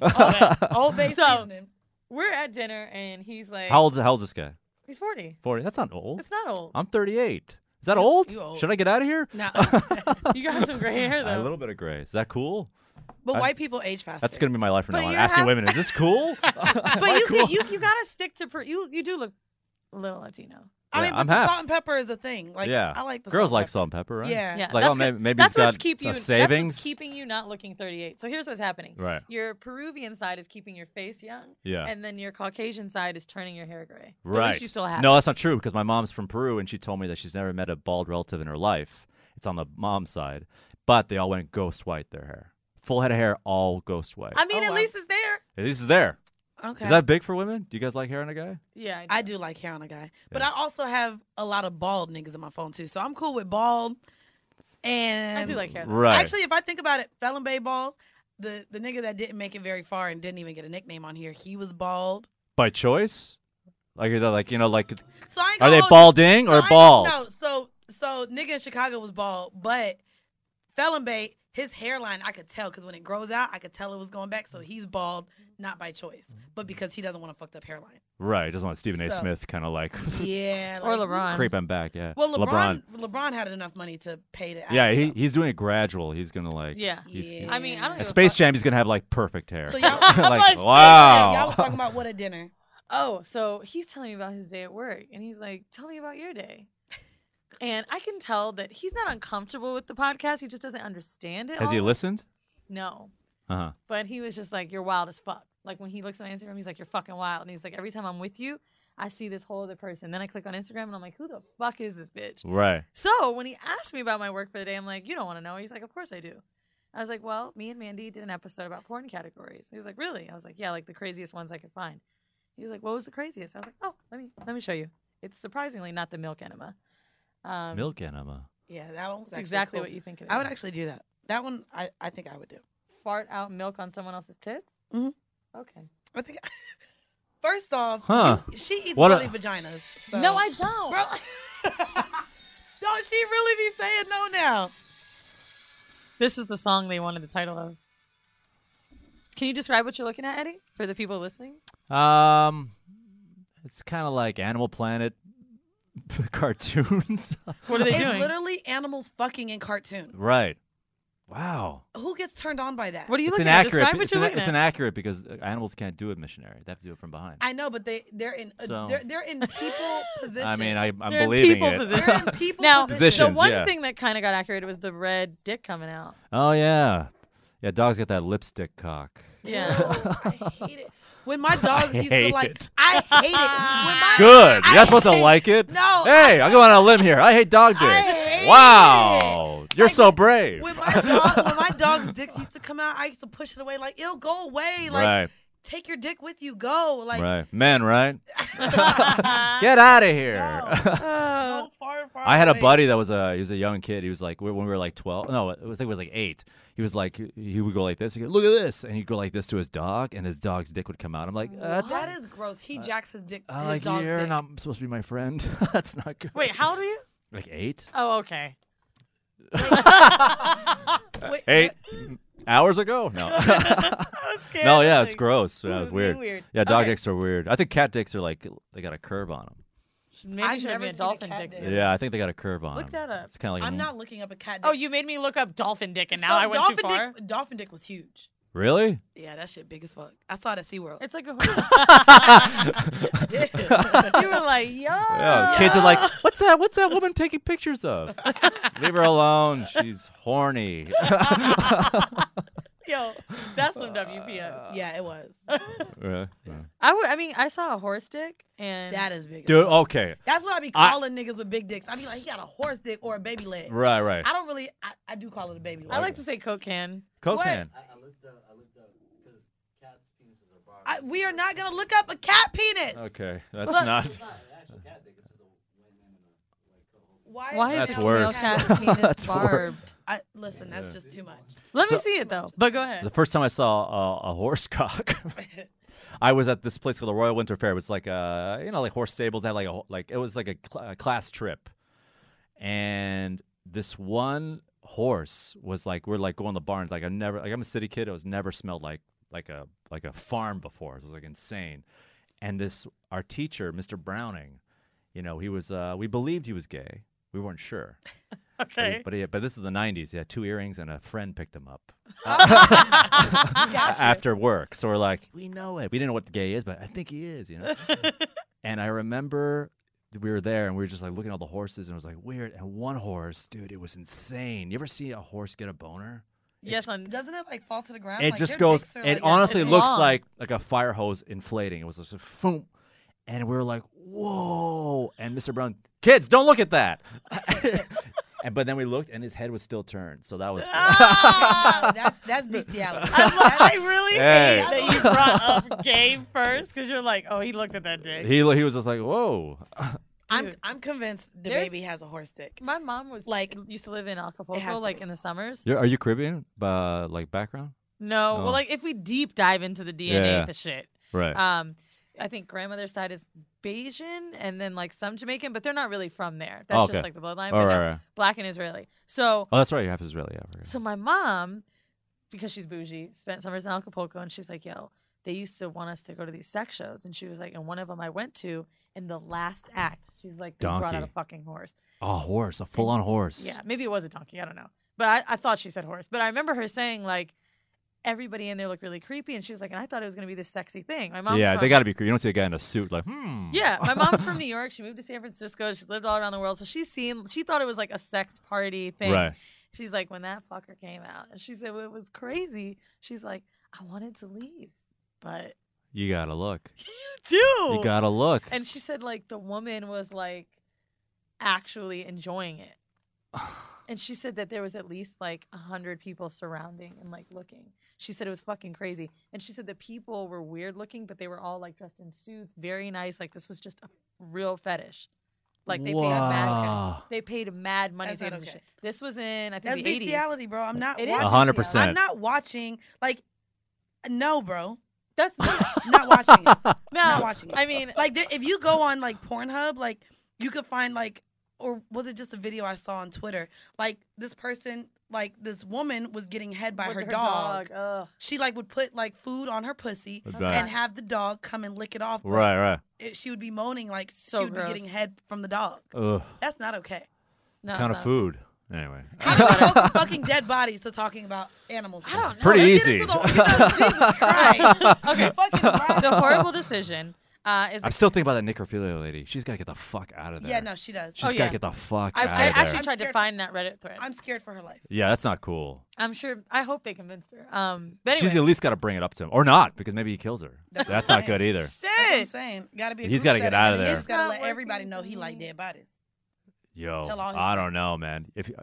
Old Bay So seasoning. we're at dinner and he's like, How old's how old's this guy? He's forty. Forty. That's not old. It's not old. I'm 38. Is that old? you old. Should I get out of here? No. You got some gray hair, Uh-huh. A though. little bit of gray. Is that cool? But I- white people age faster. That's gonna be my life from But now on. you're Asking hap- women, is this cool? but you, can- you you gotta stick to per- you you do look a little Latino. I Yeah, mean, I'm but the half. salt and pepper is a thing. Like, yeah, I like the girls salt like salt and pepper, right? Yeah. Yeah, like oh, that's maybe, what- maybe that's he's got what's keep a you. That's savings. what's keeping you not looking 38. So here's what's happening. Right. Your Peruvian side is keeping your face young. Yeah. And then your Caucasian side is turning your hair gray. But At Right. least you still have. no, it. that's not true because my mom's from Peru and she told me that she's never met a bald relative in her life. It's on the mom's side, but they all went ghost white their hair, full head of hair, all ghost white. I mean, at least it's there. This is there. Okay. Is that big for women? Do you guys like hair on a guy? Yeah, I do. like hair on a guy, but I also have a lot of bald niggas in my phone too, so I'm cool with bald. And I do like hair. though. Right. Actually, if I think about it, Felon Bay bald. The the nigga that didn't make it very far and didn't even get a nickname on here, he was bald. By choice? Like are they like you know like So I ain't are gonna they hold you- balding oh, so I or ain't- bald? No, so so nigga in Chicago was bald, but Felon Bay, his hairline I could tell because when it grows out, I could tell it was going back. Mm-hmm. So he's bald, not by choice, but because he doesn't want a fucked up hairline. Right, doesn't want Stephen A. So- Smith kind of like Yeah, Or like, LeBron. creep him back. Yeah, Well, LeBron, LeBron had enough money to pay to. Yeah, act, he, he's doing it gradual. He's gonna like Yeah. he's- Yeah. I mean, I don't At give a Space Jam. He's gonna have like perfect hair. So like Y'all wow. was talking about what a dinner. Oh, so he's telling me about his day at work, and he's like, "Tell me about your day." And I can tell that he's not uncomfortable with the podcast. He just doesn't understand it. Has he all. listened? No, Uh huh. but he was just like, "You're wild as fuck." Like when he looks on Instagram, he's like, "You're fucking wild." And he's like, "Every time I'm with you, I see this whole other person." Then I click on Instagram, and I'm like, "Who the fuck is this bitch?" Right. So when he asked me about my work for the day, I'm like, "You don't want to know." He's like, "Of course I do." I was like, "Well, me and Mandy did an episode about porn categories." He was like, "Really?" I was like, "Yeah, like the craziest ones I could find." He was like, "What was the craziest?" I was like, "Oh, let me let me show you. It's surprisingly not the milk enema." Um, Milk enema. Yeah, that one was It's actually exactly cool. what you think it I would is. actually do that. That one, I, I think I would do. Fart out milk on someone else's tits. Mm-hmm. Okay. I think. First off, Huh. you- she eats What a- really vaginas. So. No, I don't. Bro, don't she really be saying no now? This is the song they wanted the title of. Can you describe what you're looking at, Eddie, for the people listening? Um, it's kind of like Animal Planet cartoons. it's literally animals fucking in cartoon. right. Wow. Who gets turned on by that? What are it's inaccurate. it's ina- it's inaccurate because uh, animals can't do it missionary. They have to do it from behind. I know, but they they're in uh, So- they're, they're in people position. I mean, I, I'm They're in believing people it. positions. They're in people Now, Positions, the one yeah. thing that kind of got accurate was the red dick coming out. oh yeah, yeah. Dogs got that lipstick cock. Yeah. I hate it. When my dogs I used to hate like, it. I hate it. When my, Good. You're not supposed to like it. No, Hey, I'm going on a limb here. I hate dog dick. wow. You're so brave. when my dog, when my dog's dicks used to come out, I used to push it away. Like, it'll go away. Like, Right. take your dick with you. Go. Like, right. Men, right? Get out of here. Uh, go far, far I had a away. buddy that was a he was a young kid. He was like when we were like twelve. No, I think it was like eight. He was like he would go like this. He'd go, Look at this, and he'd go like this to his dog, and his dog's dick would come out. I'm like, that's that is gross. He jacks his dick. I'm his like dog's you're dick. not supposed to be my friend. that's not good. Wait, how old are you? Like eight, Oh, okay. eight hours ago. No, scared. no, I yeah, was it's like, gross. ooh, Yeah, this it's is weird. weird. Yeah, dog Okay. dicks are weird. I think cat dicks are like they got a curve on them. Maybe I've you should never be a seen a dolphin cat dick. dick. then. Yeah, I think they got a curve on Look 'em. that up. It's kind of like I'm a- not looking up a cat dick. Oh, you made me look up dolphin dick, and now So I went too dolphin far. Dick, dolphin dick was huge. really. Yeah, that shit big as fuck. I saw it at SeaWorld. It's like a. you were like, yo. Yeah, kids are like, "What's that? What's that woman taking pictures of? Leave her alone. She's horny." Yo, that's some WPS. yeah, it was. Yeah. I would. I mean, I saw a horse dick, and That is big. as Dude, fuck. okay, That's what I be I- calling niggas with big dicks. I be like, he got a horse dick or a baby leg. right, right. I don't really. I, I do call it a baby leg. I like to say Coke can. Coke What? can. I- we are not gonna look up a cat penis. Okay, that's Look. not. Why? Why is it That's it now worse. male cat cat penis That's worse. barbed? I, listen, that's just too much. Let me see it though. But go ahead. The first time I saw a, a horse cock, I was at this place called the Royal Winter Fair. It was like uh you know like horse stables. They had like a whole- like it was like a, cl- a class trip, and this one horse was like we're like going to the barns. Like I never like I'm a city kid. I was never smelled like like a like a farm before. It was like insane, and this our teacher Mr. Browning, you know he was uh we believed he was gay. We weren't sure. But he- okay. But, he, but this is the 90s. He had two earrings and a friend picked him up after work. So we're like, we know it. We didn't know what the gay is, but I think he is, you know? and I remember we were there and we were just like looking at all the horses and it was like weird. And one horse, dude, it was insane. You ever see a horse get a boner? Yes, on doesn't it like fall to the ground? it Like, just their goes. dicks It are, like, honestly it's looks long. like like a fire hose inflating. It was just a foom, and we were like, "Whoa!" And Mr. Brown, kids, don't look at that. and but then we looked, and his head was still turned. So that was. that's that's bestiality. I really Hey. hate that you brought up game first because you're like, oh, he looked at that dick. he he was just like, "Whoa." I'm I'm convinced the There's- baby has a horse dick. My mom was like used to live in Acapulco, like in the summers. You're, are you Caribbean? Uh, like background? No, Oh. well, like if we deep dive into the DNA Yeah. of the shit, Right. Um, I think grandmother's side is Bayesian and then like some Jamaican, but they're not really from there. That's Okay. just like the bloodline. Oh, but right, no, right. Black and Israeli. So, Oh, that's right. You have Israeli. Yeah, I forgot. so my mom, because she's bougie, spent summers in Acapulco, and she's like, "Yo, they used to want us to go to these sex shows," and she was like, "And one of them I went to, in the last act, she's like, they brought out a Donkey. fucking horse." A horse, a full-on horse. Yeah, maybe it was a donkey. I don't know. But I, I thought she said horse. But I remember her saying like everybody in there looked really creepy, and she was like, and I thought it was gonna be this sexy thing. My mom's yeah, from, they got to be. creepy. You don't see a guy in a suit like, hmm. Yeah, my mom's from New York. She moved to San Francisco. She's lived all around the world, so she's seen. She thought it was like a sex party thing. Right. She's like, when that fucker came out, and she said well, it was crazy. She's like, I wanted to leave, but You gotta look. do. You gotta look. Oh. And she said like the woman was like actually enjoying it. and she said that there was at least like a hundred people surrounding and like looking. She said it was fucking crazy. And she said the people were weird looking, but they were all like dressed in suits, very nice. Like this was just a real fetish. Like they paid mad Wow. they paid mad money That's to get not into okay. shit. This was in I That's think the eighties. bestiality, bro. I'm not It is watching. 100%. I'm not watching. Like, no, bro. That's not watching it. No, not watching it. I mean, like, there, if you go on like Pornhub, like you could find like, or was it just a video I saw on Twitter? Like this person, like this woman was getting head by With her, her dog. dog, ugh. She like would put like food on her pussy Right. and have the dog come and lick it off. but Right, right. It, she would be moaning like So she would be getting gross. head from the dog. Ugh. That's not okay. No, kind of food. Anyway. How do we go from fucking dead bodies to talking about animals? I don't Pretty easy. okay, the horrible decision uh, is I'm still thinking about that necrophilia lady. She's gotta get the fuck out of there. Yeah, no, she does. She's Oh, gotta yeah. get the fuck I, out I of actually there. tried to find that Reddit thread. I'm scared for her life. yeah, that's not cool. I'm sure. I hope they convinced her. Um, but She's anyway, at least gotta bring it up to him, or not, because maybe he kills her. That's, not good either. That's what I'm saying. Gotta be a He's got gotta to get out of there. You just got to let everybody know he like dead bodies. Yo, Tell all his I don't know, man. If you-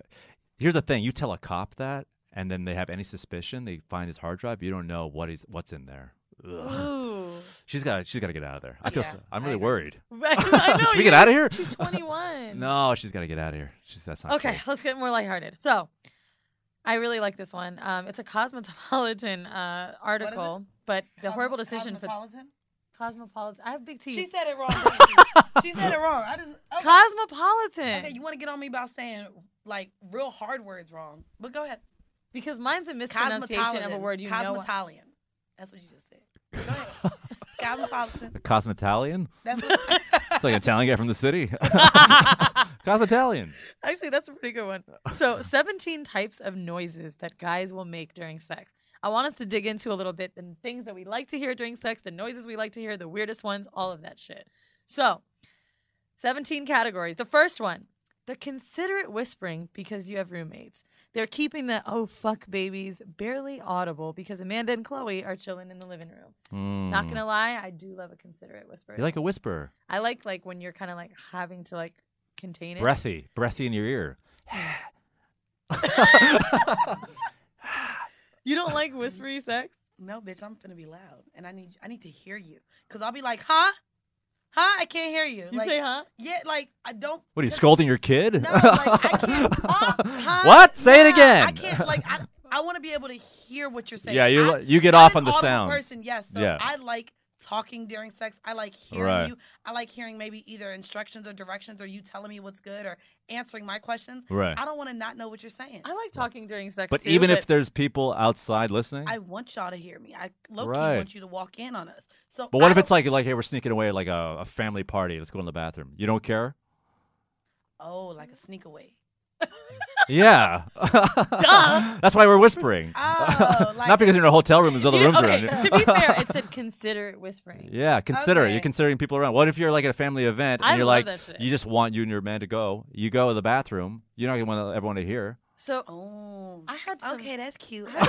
here's the thing, you tell a cop that, and then they have any suspicion, they find his hard drive. You don't know what is what's in there. Ugh. Ooh. She's got. to She's got to get out of there. I feel. Yeah, so, I'm really worried. Right, I know, Can we you- get out of here? she's 21. no, she's got to get out of here. She's that's not. okay, let's get more lighthearted. So, I really like this one. Um, it's a cosmopolitan uh, article, but the horrible decision Cosmopolitan. Cosmopolitan. I have big teeth. She said it wrong. she said it wrong. I just okay. Cosmopolitan. Okay, you want to get on me about saying like real hard words wrong, but go ahead. because mine's a mispronunciation of a Cosmopolitan. word you know. Cosmopolitan. That's what you just said. Go ahead. Cosmopolitan. The Cosmetalian. That's what. It's like an Italian guy from the city. Cosmetalian. Actually, that's a pretty good one. So, 17 types of noises that guys will make during sex. I want us to dig into a little bit the things that we like to hear during sex, the noises we like to hear, the weirdest ones, all of that shit. So, 17 categories. The first one, the considerate whispering because you have roommates. They're keeping the oh fuck babies barely audible because Amanda and Chloe are chilling in the living room. Not Mm. gonna lie, I do love a considerate whisper. You're like a whisperer, I like like when you're kind of like having to like contain it. breathy, breathy in your ear. You don't like whispery sex? No, bitch, I'm finna be loud, and I need I need to hear you, cause I'll be like, huh, huh, I can't hear you. You like, say, "Huh?" Yeah, like I don't. What are you scolding your kid? No, like, I can't. huh, huh, What? Say it yeah, again. I can't. Like I, I want to be able to hear what you're saying. Yeah, you I- li- you get I'm off an on the audible sounds. Person, yes. So Yeah. I like talking during sex. I like hearing Right. you. I like hearing maybe either instructions or directions, or you telling me what's good, or answering my questions. Right. I don't want to not know what you're saying. I like talking during sex. but too, even if there's people outside listening, I want y'all to hear me. I low key Right. want you to walk in on us. So, but what I if don't- it's like like hey, we're sneaking away like a, a family party? Let's go in the bathroom. You don't care. oh, like a sneak away? yeah. That's why we're whispering. Oh, Not because you're in a hotel room and there's other You- rooms okay, around you. to be fair, it said consider whispering. Yeah, consider it. You're considering people around. What if you're like at a family event and I you're love like, that shit. you just want you and your man to go. You go to the bathroom. You're not gonna want everyone to hear. So I had okay, that's cute. now.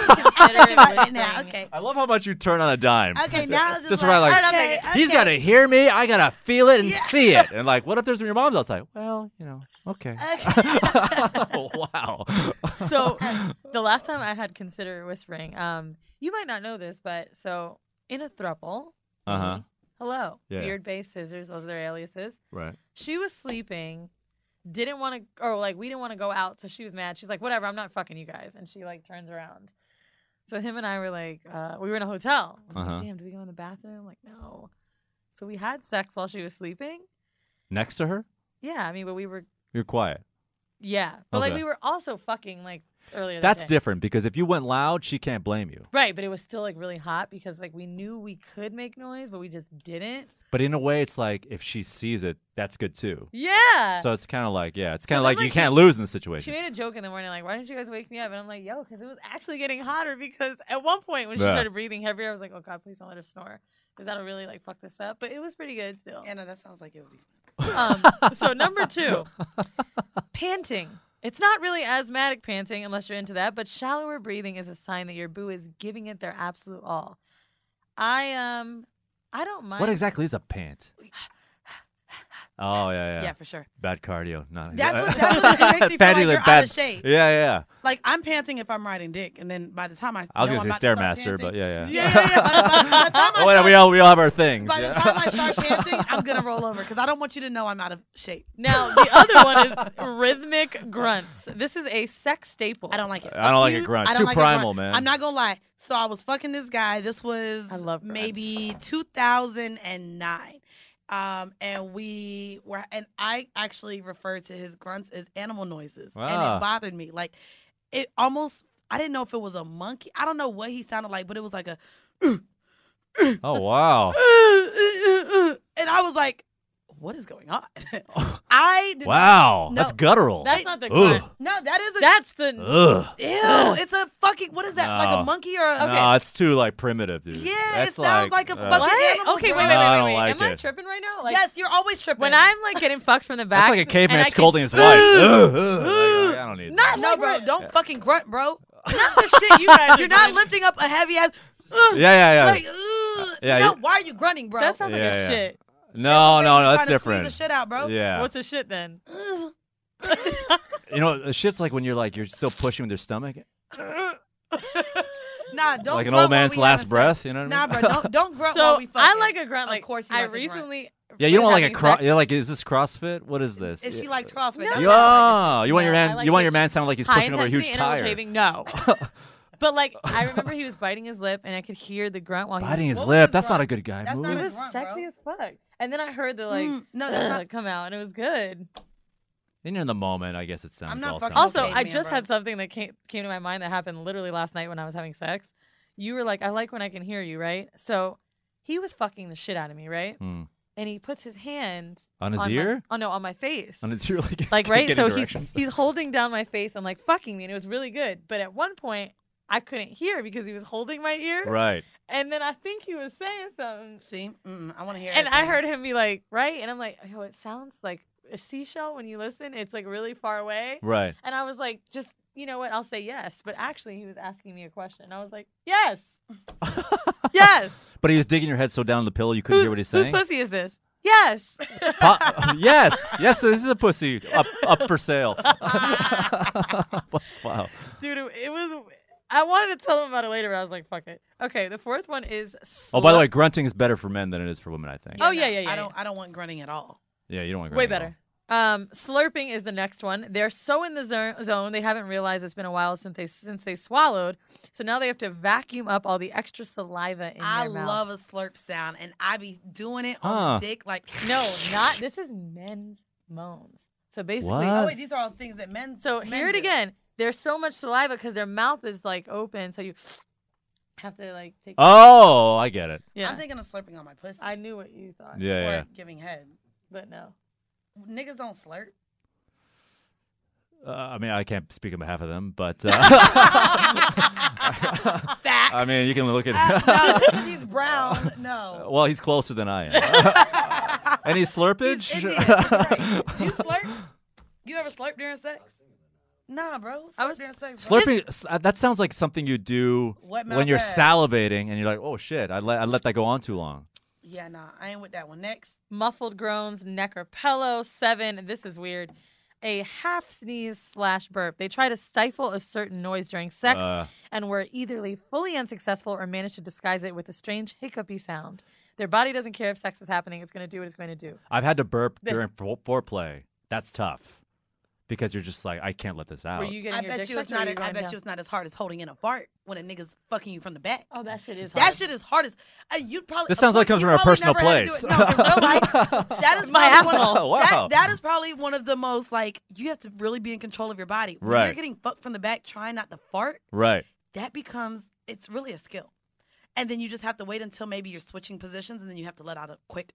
Okay. I love how much you turn on a dime. Okay, now I'm just just like, right like, I don't think it- he's okay. got to hear me. I got to feel it and see it. And like, what if there's your mom's outside? Well, you know, okay. wow. so the last time I had consider whispering, um, you might not know this, but so in a throuple, uh-huh. Uh huh. hello, Yeah. beard, base, scissors, those are their aliases. Right. She was sleeping, didn't want to, or like we didn't want to go out, so she was mad. She's like, whatever, I'm not fucking you guys, and she like turns around. So him and I were like, uh, we were in a hotel. I'm like, Uh-huh. Damn, do we go in the bathroom? Like no. So we had sex while she was sleeping. Next to her, Yeah, I mean, but we were you're quiet. yeah, but like Okay. we were also fucking like earlier. that That's day. different because if you went loud, she can't blame you. Right, but it was still like really hot because like we knew we could make noise, but we just didn't. But in a way, it's like if she sees it, that's good too. Yeah. So it's kind of like, yeah, it's So kind of then, like you like, she- can't lose in this She situation. made a joke in the morning, like, "Why didn't you guys wake me up?" And I'm like, "Yo, because it was actually getting hotter." Because at one point when she Yeah. started breathing heavier, I was like, "Oh God, please don't let her snore, because that'll really like fuck this up." But it was pretty good still. Yeah, no, that sounds like it would be. Um, so number two, panting. It's not really asthmatic panting unless you're into that, but shallower breathing is a sign that your boo is giving it their absolute all. I um, I don't mind. What exactly is a pant? Oh yeah, yeah. Yeah, for sure. Bad cardio. Not That's what- that's what- it makes me feel Panties like you're are out bad. of shape. Yeah, yeah. Like I'm panting if I'm riding dick, and then by the time I, I was know gonna I'm say about stairmaster, to start but panting- yeah, yeah. yeah, yeah, yeah. By the- by the time I Oh, yeah, we start- all we all have our things. By the yeah. time I start panting, I'm gonna roll over because I don't want you to know I'm out of shape. Now the other one is rhythmic grunts. This is a sex staple. I don't like it. I don't like a grunt. I Too don't like a grunt. primal, man. I'm not gonna lie. So I was fucking this guy. This was maybe 2009, um, and we were, and I actually referred to his grunts as animal noises, and Ah. it bothered me. Like it almost, I didn't know if it was a monkey. I don't know what he sounded like, but it was like a, Oh wow. and I was like, what is going on? I did not- Wow, that's guttural. That's It- not the Ugh. grunt. No, that is a. That's the. Ugh. Ew! It's a fucking. What is that? Like a No. monkey or a? No, it's too like primitive, dude. Yeah, that's it sounds like, a uh, fucking animal. Okay, wait, No, wait, wait, I wait. don't wait. like Am I it. tripping right now? Like, yes, you're always tripping. When I'm like getting fucked from the back, That's like a caveman and I can scolding his see- wife. Ugh, ugh. Like, I don't need. Not no, bro. Don't fucking grunt, bro. Not the shit you guys. You're not lifting up a heavy ass. Yeah, yeah, yeah. Like, ugh. Yeah, no, you- why are you grunting, bro? That sounds like Yeah, a yeah. shit. No, no, no, that's Trying to squeeze different. the shit out, bro. Yeah. What's a shit then? You know, the shit's like when you're like you're still pushing with your stomach. Nah, don't. Like an old grunt while man's we last having sex. breath, you know what I Nah, mean? bro. Don't don't grunt So while we fucking. I like a grunt. Like of course, you I like a grunt. recently. Yeah, you don't want like a having cross. sex. Yeah, like is this CrossFit? What is this? If she Yeah. likes Crossfit, that's you, what I like. oh, you want your No, I man? like you want your hitch- man sounding like he's high pushing over a huge intensity interval tire? Shaving, no. But like I remember, he was biting his lip, and I could hear the grunt while he was Biting his lip. That's not a good guy move. it was sexy as fuck. And then I heard the like no come out, and it was good. Then you're in the moment. I guess it sounds. all sounds Also, good. I just had something that came came to my mind that happened literally last night when I was having sex. You were like, "I like when I can hear you," right? So he was fucking the shit out of me, right? Hmm. And he puts his hand On his my- ear? oh no, on my face. And it's you're like like right getting so directions. he's he's holding down my face and like fucking me and it was really good but at one point i couldn't hear because he was holding my ear Right. and then i think he was saying something see mm i want to hear and it, i baby. heard him be like right and i'm like oh it sounds like a seashell when you listen it's like really far away Right. and i was like just you know what i'll say yes but actually he was asking me a question and i was like yes yes But he was digging your head so down in the pillow you couldn't hear what he's whose saying. pussy is this yes Po- yes, yes, this is a pussy up, up for sale. wow. dude it, it was i wanted to tell him about it later but i was like fuck it okay the fourth one is Oh, by the slut- way, grunting is better for men than it is for women. I think. Oh yeah, yeah, yeah. I don't. I don't want grunting at all. Yeah, you don't want. Way grunting at all. better. Um, slurping is the next one. They're so in the zer- zone they haven't realized it's been a while since they since they swallowed. So now they have to vacuum up all the extra saliva in I their mouth. love a slurp sound, and I be doing it Huh. on the dick like No, not this is men's moans. So basically, Oh wait, these are all things that men. so men hear it do. again. There's so much saliva because their mouth is like open, so you have to like take. Oh, I get it. Yeah. I'm thinking of slurping on my pussy. I knew what you thought. Yeah, or yeah. giving head. But no, niggas don't slurp. Uh, I mean, I can't speak on behalf of them, but uh, I mean, you can look at. Uh, no, just 'cause he's brown. No. well, he's closer than I am. Any slurpage? You slurp? You ever slurp during sex? Nah, bro. Slurp I was during sex. bro. Slurping, s- uh, that sounds like something you do Wet mouth when you're ass. salivating and you're like, oh shit, I let, I let that go on too long. Yeah, nah, I ain't with that one. Next. Muffled groans, necropello, seven. This is weird. A half sneeze slash burp. They try to stifle a certain noise during sex Uh. and were eitherly fully unsuccessful or managed to disguise it with a strange hiccupy sound. Their body doesn't care if sex is happening. It's going to do what it's going to do. I've had to burp The- during fore- foreplay. That's tough because you're just like, I can't let this out. I your bet dick you it's sucked or were not. you As, I going bet down? you it's not as hard as holding in a fart when a nigga's fucking you from the back. Oh, that shit is. That shit is hard as uh, you'd probably. This sounds like it comes you from a probably personal never had to do place. it. No, in real life, that is My probably one asshole. Oh, of- that- Wow. that is probably one of the most like you have to really be in control of your body. When Right. you're getting fucked from the back, trying not to fart. Right. That becomes it's really a skill, and then you just have to wait until maybe you're switching positions, and then you have to let out a quick,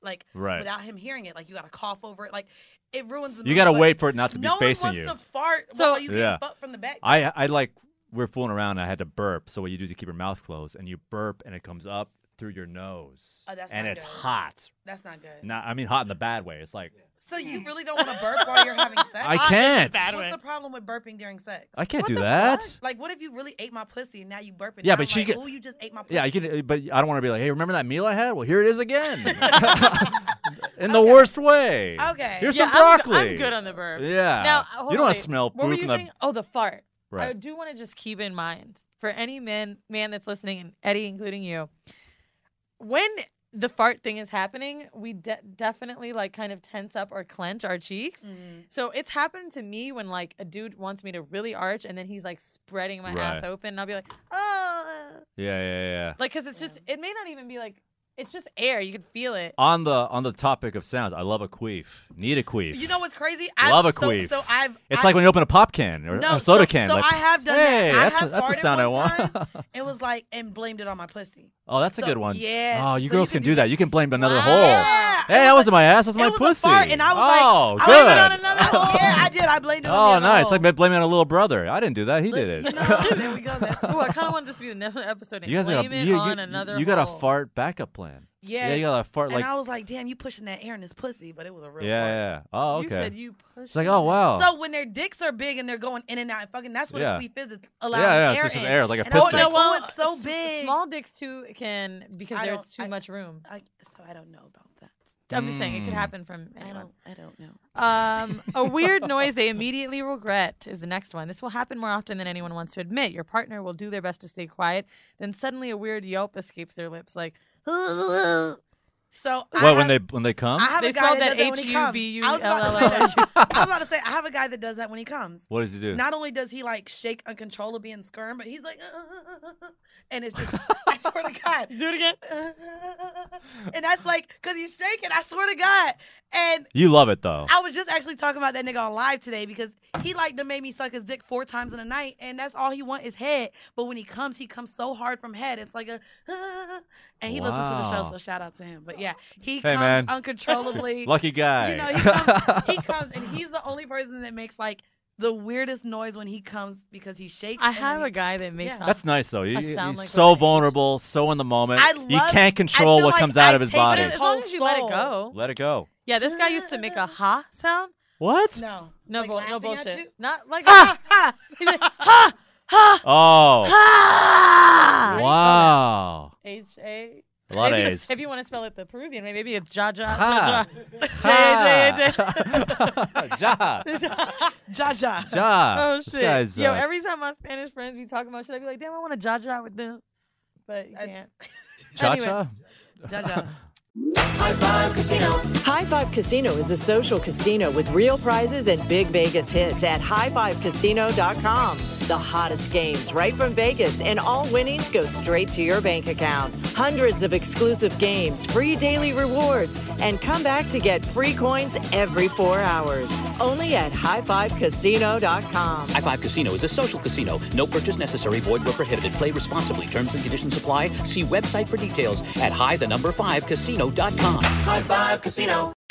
like Right. without him hearing it. Like you got to cough over it. Like it ruins. the You mood, gotta like, wait for it not to be no facing one you. wants to fart while you Yeah. get fucked from the back. I I like we're fooling around. I had to burp, so what you do is you keep your mouth closed and you burp, and it comes up through your nose, Oh, that's and not it's good. hot. That's not good. Not, I mean, hot in the bad way. It's like So you really don't want to burp while you're having sex? I can't. Bad way. What's the problem with burping during sex? I can't do that. Like, what if you really ate my pussy and now you burping? Yeah, Now but I'm she like, get- "Ooh, you just ate my pussy. Yeah, you can, but I don't want to be like, hey, remember that meal I had? Well, here it is again, in the worst way. Okay. here's Yeah, some I'm go- broccoli. I'm good on the burp. Yeah, Now, uh, hold you don't want to on. smell What were poop from you the. saying? Oh, the fart. I Right. do want to just keep in mind for any man man that's listening, and Eddie, including you, when the fart thing is happening, we de- definitely like kind of tense up or clench our cheeks. So it's happened to me when like a dude wants me to really arch, and then he's like spreading my ass Right. open, and I'll be like, oh, Yeah, yeah, yeah. like because it's just it may not even be like it's just air. You can feel it. on the on the topic of sounds, I love a queef. Need a queef. You know what's crazy? love a so- queef. So I've. It's I've- like when you open a pop can or No, a soda so- can. so like, I have done that. hey, I that's have a, that's a farted sound I one want. It was like and blamed it on my pussy. Oh, that's a So, good one. yeah, Oh, you so you girls could can do do that. You can blame another hole. Oh. Hey, that wasn't my ass. That's my it was pussy. a fart, and I was like, oh, I good. blamed it on another hole. Yeah, I did. I blamed it oh, on the other nice. hole. Like blaming on a little brother. I didn't do that. He did it. there we go. That's Ooh, I kind of wanted this to be the next episode. And you guys blame got a, it you, on you, another. you got a hole. fart backup plan. Yeah. Yeah, you got a fart and like. I was like, damn, you pushing that air in this pussy, but it was a real. yeah, fart. yeah. Oh, okay. You said you It's like, oh wow. So when their dicks are big and they're going in and out, fucking, that's what Yeah. a queef is. It's allowing Yeah, yeah, it's air just an in. air, like a and I was piston. Like, No, oh, it's so s- big. Small dicks too can because I there's don't- too much room. I, so I don't know about that. I'm just saying it could Mm. happen from I anyone. don't. I don't know. Um, a weird noise they immediately regret is the next one. This will happen more often than anyone wants to admit. Your partner will do their best to stay quiet, then suddenly a weird yelp escapes their lips, like. So what when they when they come? I have They a guy spelled that that does that when he comes. H-U-B-U-L-L-O. I was about to say that. I was about to say I have a guy that does that when he comes. What does he do? Not only does he like shake uncontrollably and squirm, but he's like, and it's just I swear to God, do it again. And that's like because he's shaking. I swear to God, and you love it though. I was just actually talking about that nigga on live today because he like to made me suck his dick four times in a night, and that's all he want is head. But when he comes, he comes so hard from head, it's like a, and he listens to the show, Wow. so shout out to him. But yeah, he Hey, comes man. uncontrollably. Lucky guy. You know, he comes, he comes, and he's the only person that makes like the weirdest noise when he comes because he shakes. I and then have he- a guy that makes Yeah. That's nice though. You, I you- sound he's like so vulnerable, so in the moment. I you love- can't I control feel what like comes out I of his take it body. as As long as you let it soul. go. Let it go. Yeah, this guy used to make a ha sound. What? No, No, Like bull- no laughing at bullshit. you? Ah! Not like ha ha. He'd be like, ha ha Oh. ha. Wow. H A. A lot of if you, A's. If you want to spell it the Peruvian, way, maybe it's Ja Ja. Ha. Ja, Ja. J J J. ja. Ja ja. Ja. Oh This shit! guy's, Yo, uh, every time my Spanish friends be talking about shit, I be like, damn, I want to Ja Ja with them, but you can't. Cha-cha? Anyway. Ja ja. High Five Casino is a social casino with real prizes and big Vegas hits at highfivecasino.com. The hottest games right from Vegas, and all winnings go straight to your bank account. Hundreds of exclusive games, free daily rewards, and come back to get free coins every four hours. Only at highfivecasino.com. High Five Casino is a social casino. No purchase necessary. Void where prohibited. Play responsibly. Terms and conditions apply. See website for details at high the number five casino.com. High Five Casino.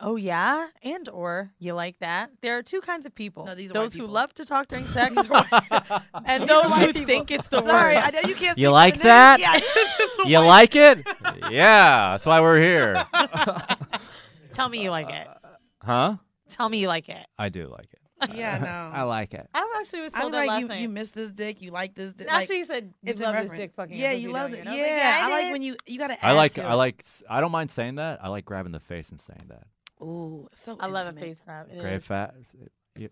"Oh yeah," and or you like that. There are two kinds of people: these are white those who love to talk during sex, and those white who people. think it's the Sorry, worst. I know you can't You like that? you like it? yeah, that's why we're here. Tell me you like it. Huh? Tell me you like it. I do like it. Yeah, no. I like it. I actually was I'm told that like last you, night. you miss this dick, you like this dick. Actually, like, you said you it's in love this reference. dick fucking Yeah, because you you love don't, it. you know? Like, Yeah, yeah, I I like did. when you you gotta. I like. attitude. I like. I don't mind saying that. I like grabbing the face and saying that. Ooh, so I love a intimate. face grab. It Grave is- fat,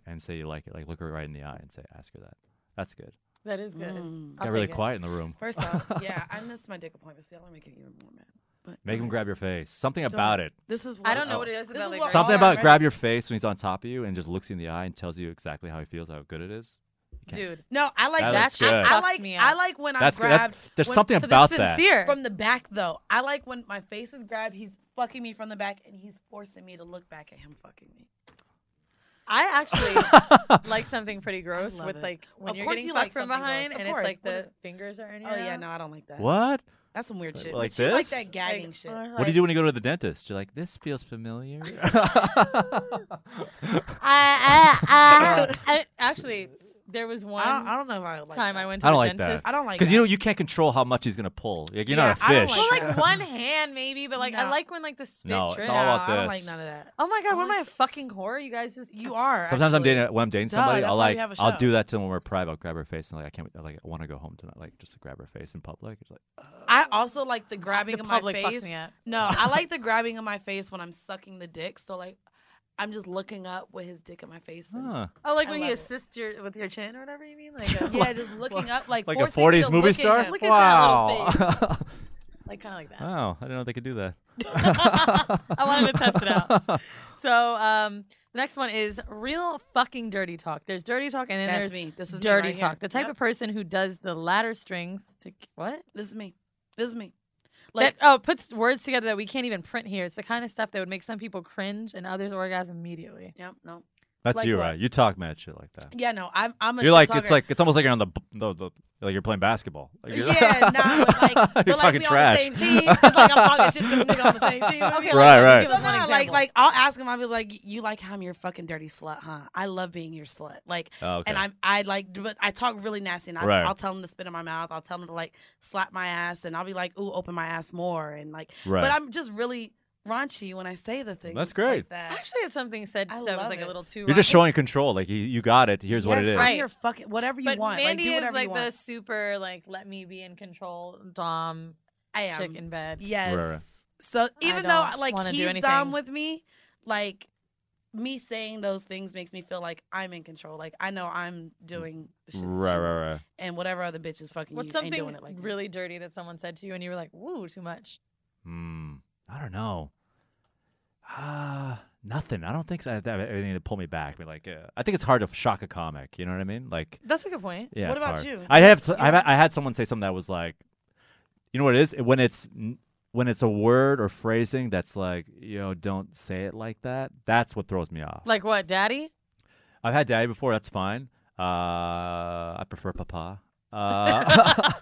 and say you like it. Like look her right in the eye and say, ask her that. That's good. That is good. Uh, Mm. Got really quiet in the room. First off, yeah, I missed my dick appointment. See, I'm making even more mad. But Make him grab your face. Something about it. This is. What, I don't know what it is This about is Lady what Something all about our- grab your face when he's on top of you and just looks you in the eye and tells you exactly how he feels, how good it is. Dude, No, I like That that. looks I, good. I Fucks like. me I up. like when That's I'm good. That- grabbed. there's when- something 'cause it's about that. sincere. From the back, though, I like when my face is grabbed. He's fucking me from the back, and he's forcing me to look back at him fucking me. I actually like something pretty gross love with it. like when Of you're course getting you fucked like from something gross. behind Of and course. it's like What the is- fingers are in your Oh yeah, mouth. no, I don't like that. What? That's some weird shit. like But you Like this? that gagging Like, shit. uh, What do you do when you go to the dentist? You're like, this feels familiar. I, I, I, actually, there was one. I don't, I don't know if I like. time that. I went to I the don't like dentist. that. I don't like Because you know you can't control how much he's gonna pull. Like, you're not a Yeah, I don't fish. like Well, like one hand maybe, but like I No. like when like the spit No, it's drips. all about I don't this. like none of that. Oh my god, what am I like a fucking whore? You guys just You are. Sometimes actually. I'm dating when I'm dating Duh, somebody, that's I'll why like we have a I'll show. do that to them when we're private. I'll grab her face and like I can't like I want to go home tonight. Like just to grab her face in public. It's like I also like the grabbing The of my public fucks face. me up. No, I like the grabbing of my face when I'm sucking the dick. So like, I'm just looking up with his dick in my face. and- huh. Oh, like I when he love it. assists your with your chin or whatever you mean? Like uh, a, Yeah, just looking up like Like a forcing me to '40s movie look at star. him. Look at wow. that little like kind of like that. wow. I didn't know they could do that. I wanted to test it out. So um, the next one is real fucking dirty talk. There's dirty talk, and then there's That's me. This is me dirty right here. talk. The type Yep. of person who does the ladder strings to what? This is me. This is me. Like, Like uh, that oh, puts words together that we can't even print here. It's the kind of stuff that would make some people cringe and others orgasm immediately. yeah, no. That's Like you, what? right? You talk mad shit like that. Yeah, no. I'm I'm a You're like shit it's talker. like it's almost like you're on the, b- the, the like you're playing basketball. Like, you're- Yeah, nah, but like You're but like talking we trash. on the same team. It's like I'm talking shit to the nigga on the same team. Okay, Right, let me right. give So us one nah, like example. like I'll ask him. I'll be like, "You like how I'm your fucking dirty slut, huh? I love being your slut. Like, Oh, okay. and I'm I like, but I talk really nasty. And I, Right. I'll tell him to spit in my mouth. I'll tell him to like slap my ass, and I'll be like, "Ooh, open my ass more." And like, Right. but I'm just really raunchy when I say the things. That's like great. that. Actually, it's something said I so it was love like a it. little too. You're just raunchy. showing control. Like you, you got it. Here's what it Yes, is. I'm Right. your fucking whatever you But want. Mandy like, do is whatever like you the want. super like let me be in control dom I am. chick in bed. Yes. Right, right. So even though don't like wanna do he's anything. down with me, like me saying those things makes me feel like I'm in control. Like I know I'm doing the shit that Right, you want, right, right. and whatever other bitch is fucking What's you ain't something doing it like me. really dirty that someone said to you and you were like, "Woo, too much." Hmm. I don't know. Ah, nothing. I don't think so. I have anything to pull me back. But like, uh, I think it's hard to shock a comic. You know what I mean? Like, That's a good point. yeah. What it's about hard. you? I have. I have. I had someone say something that was like, you know what it is? When it's n- when it's a word or phrasing that's like, you know, don't say it like that. That's what throws me off. Like what, daddy? I've had daddy before. That's fine. Uh, I prefer papa. Uh,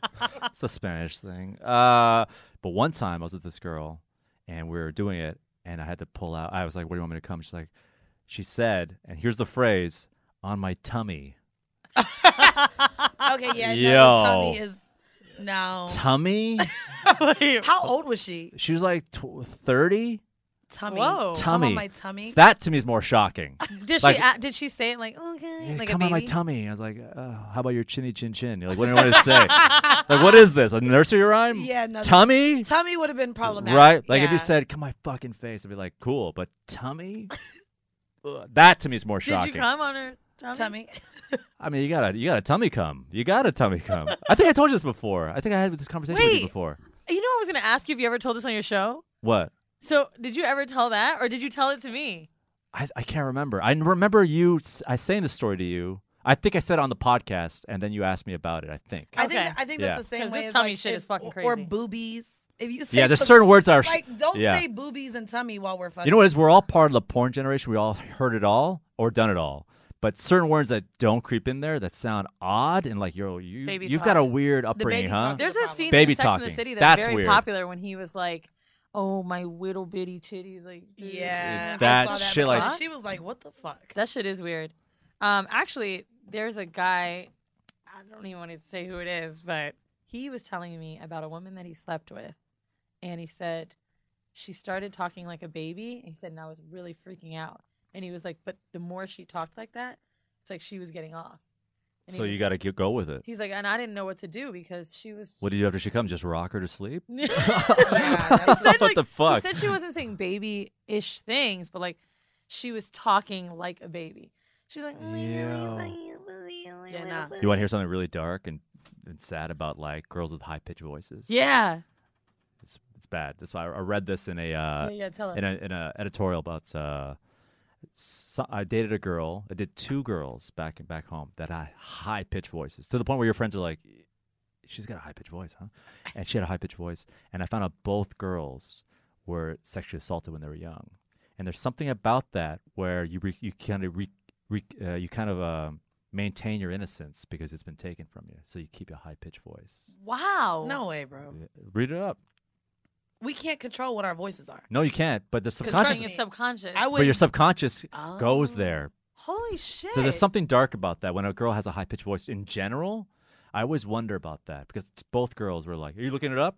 it's a Spanish thing. Uh, but one time I was with this girl and we were doing it, and I had to pull out. I was like, "What do you want me to come?" She's like, "She said," and here's the phrase: "On my tummy." Okay, yeah, no, Yo. Tommy is No. Tummy? How old was she? She was like thirty. Tummy. Whoa. tummy. Oh, Come on my tummy. That to me is more shocking. Did she Like, a did she say it like "Oh, okay "Yeah, like come a on baby? my tummy. I was like, oh, how about your chinny chin chin? You're like, what do you want to say? like, what is this? A nursery rhyme? Yeah, no. Tummy? Tummy would have been problematic. Right? Like if you Yeah. said, come on my fucking face, I'd be like, cool. But tummy? Ugh, that to me is more shocking. on her tummy? I mean, you gotta, you gotta tummy cum. You gotta tummy cum. I think I told you this before. I think I had this conversation with Wait. you before. You know, I was gonna ask you if you ever told this on your show. What? So, did you ever tell that, or did you tell it to me? I, I can't remember. I n- remember you. s- I saying the story to you. I think I said it on the podcast, and then you asked me about it. I think. I think I think that's the Yeah. same 'Cause way this as tummy like shit if- is fucking or- Or crazy. boobies. If you say Yeah, there's some- certain words are- like don't yeah. say boobies and tummy while we're fucking. You know what it is? We're all part of the porn generation. We all heard it all or done it all. But certain words that don't creep in there that sound odd and like you're you Baby you've got a talk. weird upbringing, huh? There's a scene baby in Sex talking. in the City that's, that's very weird. popular when he was like, "Oh, my little bitty chitties," like Yeah, I That saw that shit, like- before. she was like, "What the fuck?" That shit is weird. Um, actually, there's a guy. I don't even want to say who it is, but he was telling me about a woman that he slept with, and he said she started talking like a baby. And he said, and I was really freaking out. And he was like, but the more she talked like that, it's like she was getting off. And he So was you got to go with it. He's like, and I didn't know what to do because she was. What do you do after she comes? Just rock her to sleep? Yeah, what Said, like, the fuck? He said she wasn't saying baby-ish things, but like she was talking like a baby. She was like, "Mm, Yeah, nah. You want to hear something really dark and, and sad about like girls with high pitched voices? Yeah. it's, it's bad. That's why I I read this in a uh, Yeah, yeah, tell in a us. in a editorial about. Uh, so, I dated a girl. I did two girls back and back home that had high pitched voices to the point where your friends are like, "She's got a high pitched voice, huh?" And she had a high pitched voice, and I found out both girls were sexually assaulted when they were young. And there's something about that where you re- you kind of re- re- uh, you kind of uh, maintain your innocence because it's been taken from you, so you keep a high pitched voice. Uh, Wow. No way, bro. Read it up. We can't control what our voices are. No, you can't. But the subconscious, Trust me. subconscious. I would. but your subconscious goes there. Holy shit. So there's something dark about that. When a girl has a high pitched voice in general, I always wonder about that because it's- both girls were like, "Are you looking it up?"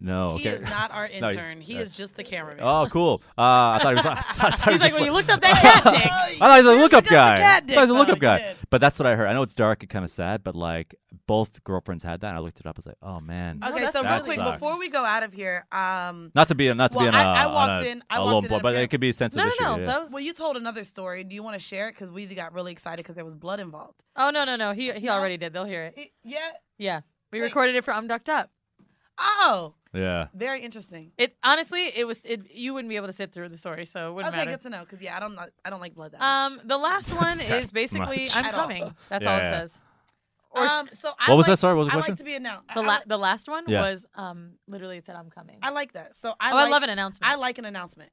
No. He okay. is not our No, intern. he uh, is just the cameraman. Oh, cool. Uh, I thought he was. I thought, I thought he was He's like, just "When you looked up that cat dick." I thought he was a lookup guy. I cat thought he was dick. a lookup Oh, you guy. But that's what I heard. I know it's dark and kind of sad, but like both girlfriends had that. And I looked it up. I was like, oh man. Okay, so real that quick sucks. before we go out of here, um, Not to be not to well, be uh, on a, I- I walked on a, in- I a walked lone in boy, and but apparently- it could be a sensitive issue. yeah. Well, you told another story. Do you want to share it? Because Weezy got really excited because there was blood involved. Oh no no no. He he already did. They'll hear it. Yeah. Yeah. We recorded it for I'm Ducked Up. Oh. Yeah. Very interesting. It honestly, it was it. You wouldn't be able to sit through the story, so it wouldn't okay, matter. good to know. Because yeah, I don't not, I don't like blood that much. Um, the last one That is basically much. I'm At all. coming. That's Yeah, all it yeah. says. Or s- Um, so I What was that? like- Sorry, what was the I question? like to be announced. The, I- I la- like- the last one Yeah. was um literally it said I'm coming. I like that. So I Oh, I like, love an announcement. I like an announcement.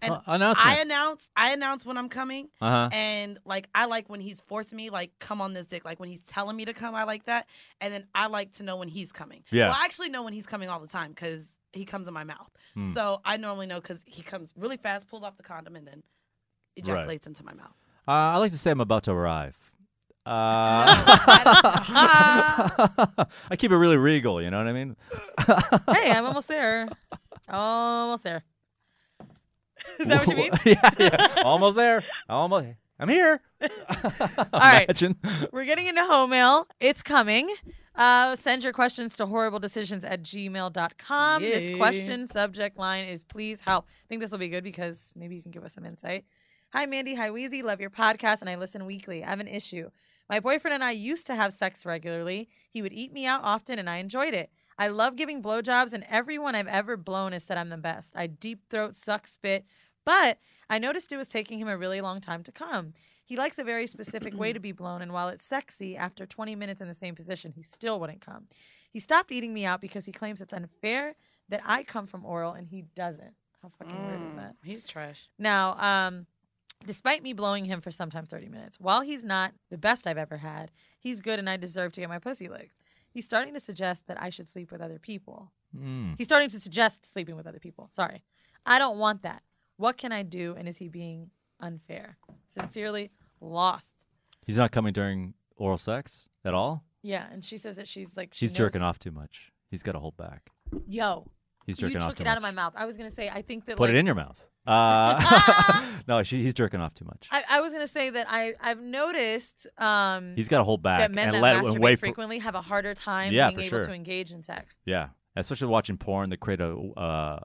And Uh, announcement. I announce I announce when I'm coming. Uh-huh. And like I like when he's forcing me, like, come on this dick. Like when he's telling me to come, I like that. And then I like to know when he's coming. Yeah. Well, I actually know when he's coming all the time because he comes in my mouth. Hmm. So I normally know because he comes really fast, pulls off the condom, and then ejaculates into my mouth. Uh, I like to say I'm about to arrive. Uh, I keep it really regal, you know what I mean? hey, I'm almost there. Almost there. Is that what you mean? yeah, yeah. Almost there. Almost. I'm here. All right. Imagine. We're getting into home mail. It's coming. Uh, send your questions to horribledecisions at gmail.com. This Yay. question subject line is please help. I think this will be good because maybe you can give us some insight. Hi, Mandy. Hi, Wheezy. Love your podcast, and I listen weekly. I have an issue. My boyfriend and I used to have sex regularly. He would eat me out often, and I enjoyed it. I love giving blowjobs, and everyone I've ever blown has said I'm the best. I deep throat, suck spit, but I noticed it was taking him a really long time to come. He likes a very specific way to be blown, and while it's sexy, after 20 minutes in the same position, he still wouldn't come. He stopped eating me out because he claims it's unfair that I come from oral and he doesn't. How fucking weird is that? He's trash. Now, um, despite me blowing him for sometimes 30 minutes, while he's not the best I've ever had, he's good and I deserve to get my pussy licked. He's starting to suggest that I should sleep with other people. Mm. He's starting to suggest sleeping with other people. Sorry. I don't want that. What can I do? And is he being unfair? Sincerely, lost. He's not coming during oral sex at all? Yeah, and she says that she's like she She's jerking knows- off too much. He's got to hold back. Yo, He's you jerking off took too it out of much. my mouth. I was gonna say I think that Put like, it in your mouth. Uh, no, she, he's jerking off too much. I, I was gonna say that I I've noticed um He's gotta hold back that men and that let- and masturbate wait for- frequently have a harder time Yeah, being for able sure. to engage in sex. Yeah, especially watching porn, they create a. Uh,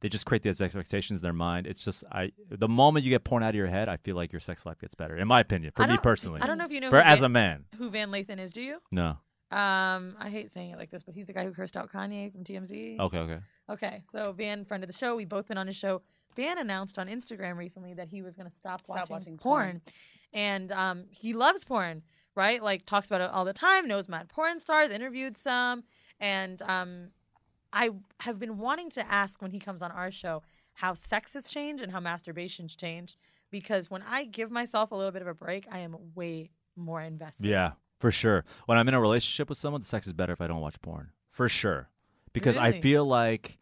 they just create these expectations in their mind. It's just I. The moment you get porn out of your head, I feel like your sex life gets better. In my opinion, for I me don't- personally, I don't know if you know for who as Van- a man. who Van Lathan is. Do you? No. Um, I hate saying it like this, but he's the guy who cursed out Kanye from TMZ. Okay, okay. Okay, so Van, friend of the show, we both been on his show. Van announced on Instagram recently that he was going to stop watching, watching porn. porn. and um, he loves porn, right? Like talks about it all the time. Knows mad porn stars, interviewed some, and um, I have been wanting to ask when he comes on our show how sex has changed and how masturbation's changed because when I give myself a little bit of a break, I am way more invested. Yeah, for sure. When I'm in a relationship with someone, the sex is better if I don't watch porn, for sure. Because I Really? feel like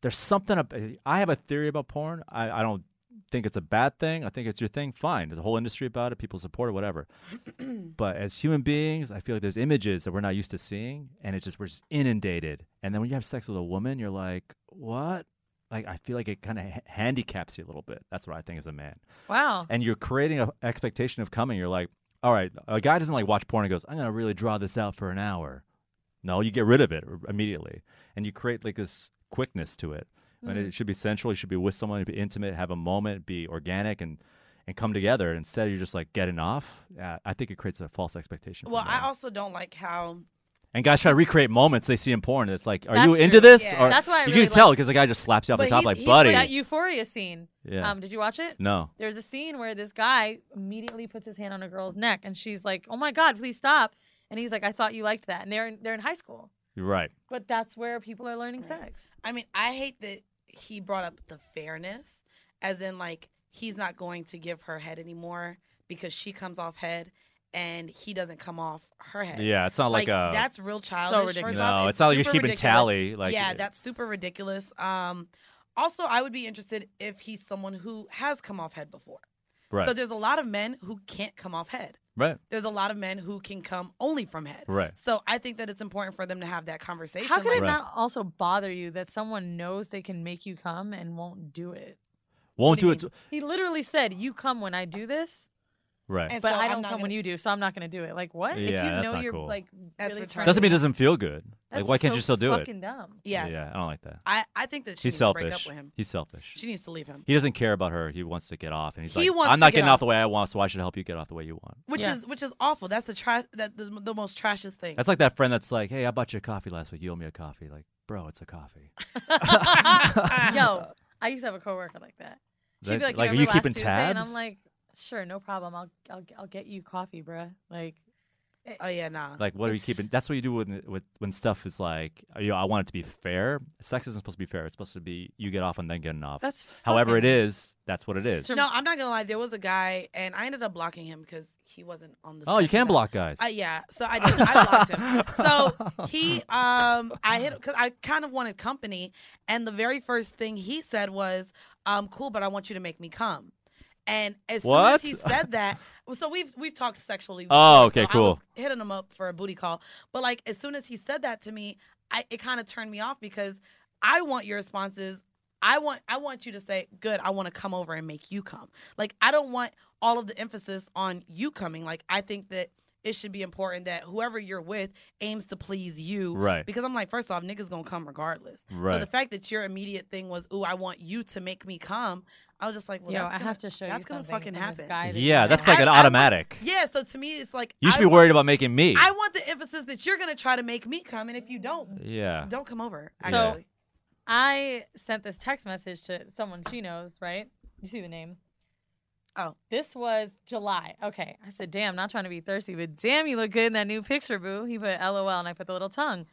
there's something. ab- I have a theory about porn. I, I don't think it's a bad thing. I think it's your thing. Fine. There's a whole industry about it. People support it, whatever. but as human beings, I feel like there's images that we're not used to seeing, and it's just we're just inundated. And then when you have sex with a woman, you're like, what? Like I feel like it kind of ha- handicaps you a little bit. That's what I think as a man. Wow. And you're creating an expectation of coming. You're like, all right, a guy doesn't like watch porn and goes, I'm gonna really draw this out for an hour. No, you get rid of it r- immediately, and you create like this quickness to it. And Mm. Mhm. it should be sensual. You should be with someone, it'd be intimate, have a moment, be organic, and and come together. Instead, you're just like getting off. Yeah, I think it creates a false expectation. for Well, men. I also don't like how And guys try to recreate moments they see in porn. It's like, are That's you into true. this? Yeah. Or That's why I you really can tell liked- because the guy just slaps you off the But top, he- like, he- buddy. That euphoria scene. Yeah. Um, did you watch it? No. There's a scene where this guy immediately puts his hand on a girl's neck, and she's like, "Oh my God, please stop!" And he's like, "I thought you liked that." And they're in, they're in high school, You're right. but that's where people are learning sex. I mean, I hate that he brought up the fairness, as in like he's not going to give her head anymore because she comes off head and he doesn't come off her head. Yeah, it's not like a- that's real So childish. first ridiculous. off. No, it's not like you're super keeping ridiculous. tally, like- yeah, that's super ridiculous. Um, also, I would be interested if he's someone who has come off head before. Right. So there's a lot of men who can't come off head. Right. There's a lot of men who can come only from head. Right. So I think that it's important for them to have that conversation. How could like- it not also bother you that someone knows they can make you come and won't do it? Won't What you do it mean? to- He literally said, "You come when I do this." Right. But I don't come when you do, so I'm not going to do it. Like what? Yeah, if you that's know not you're cool. like That's really retarded. Doesn't mean it doesn't feel good. That's like, why can't so you still do it? fucking dumb. Yes. Yeah, I don't like that. I, I think that she He's needs to break selfish. up with him. He's selfish. She needs to leave him. He doesn't care about her. He wants to get off, and he's He like, wants "I'm to not get getting off. off. the way I want, so I should help you get off the way you want." Which is which is awful. That's the trash. That the, the most trashiest thing. That's like that friend that's like, "Hey, I bought you a coffee last week. You owe me a coffee." Like, bro, it's a coffee. Yo, I used to have a coworker like that. She'd be That- like, like, you, are remember you last keeping Tuesday?" And I'm tabs? like, sure, no problem. I'll I'll, I'll get you coffee, bruh. Like, oh yeah, nah. Like, what are you keeping? That's what you do when with when stuff is like, you know, I want it to be fair. Sex isn't supposed to be fair. It's supposed to be you get off and then getting off. That's however it fucking- is. That's what it is. No, I'm not gonna lie. There was a guy, and I ended up blocking him because he wasn't on the. Oh, you schedule can that- block guys. Uh, yeah, so I did. I blocked him. So he, um, I hit because I kind of wanted company, and the very first thing he said was, "Um, cool, but I want you to make me come." And as What? soon as he said that, well, so we've we've talked sexually. Oh, before, okay, so I cool. was hitting him up for a booty call, but like as soon as he said that to me, I it kind of turned me off because I want your responses. I want I want you to say, "Good, I want to come over and make you come." Like I don't want all of the emphasis on you coming. Like I think that it should be important that whoever you're with aims to please you. Right. Because I'm like, first off, niggas gonna come regardless. So the Right. fact that your immediate thing was, "Ooh, I want you to make me come," I was just like, "Well, Yo, that's I gonna, have to show you That's gonna something fucking from this happen." guy that Yeah, you that's met. like an I- I want- automatic. Yeah, so to me, it's like You should I be want- worried about making me. I want the emphasis that you're gonna try to make me come, and if you don't, Yeah. don't come over. Yeah. Actually, I sent this text message to someone she knows, right? You see the name. Oh, this was July. Okay. I said, damn, not trying to be thirsty, but damn, you look good in that new picture, boo. He put LOL and I put the little tongue.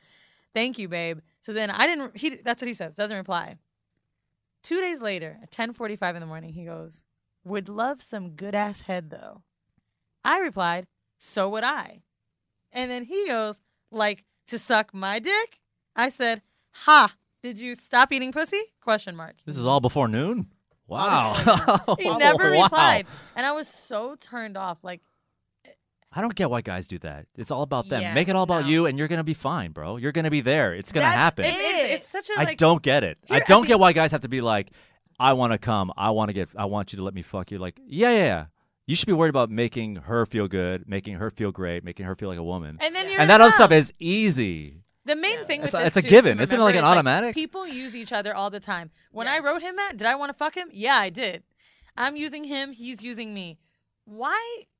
Thank you, babe. So then I didn't, he, that's what he says, doesn't reply. Two days later, at 1045 in the morning, he goes, would love some good ass head though. I replied, so would I. And then he goes, like, to suck my dick? I said, ha, did you stop eating pussy? Question mark. This is all before noon. Wow. He Wow. Oh, never Wow. replied. And I was so turned off. Like, I don't get why guys do that. It's all about them. Yeah, Make it all about you, and you're gonna be fine, bro. You're gonna be there. It's gonna happen. It is. It's such a I like, don't get it. I You're- I don't get why guys have to be like, I want to come. I want to get. I want you to let me fuck you. Like, yeah, yeah, yeah. You should be worried about making her feel good, making her feel great, making her feel like a woman. And then you're and that other in stuff love. is easy. The main thing with It's a- this it's a too, to given. Isn't it remember like an is, automatic? people use each other all the time. When I wrote him that, did I want to fuck him? Yeah, I did. I'm using him. He's using me. Why?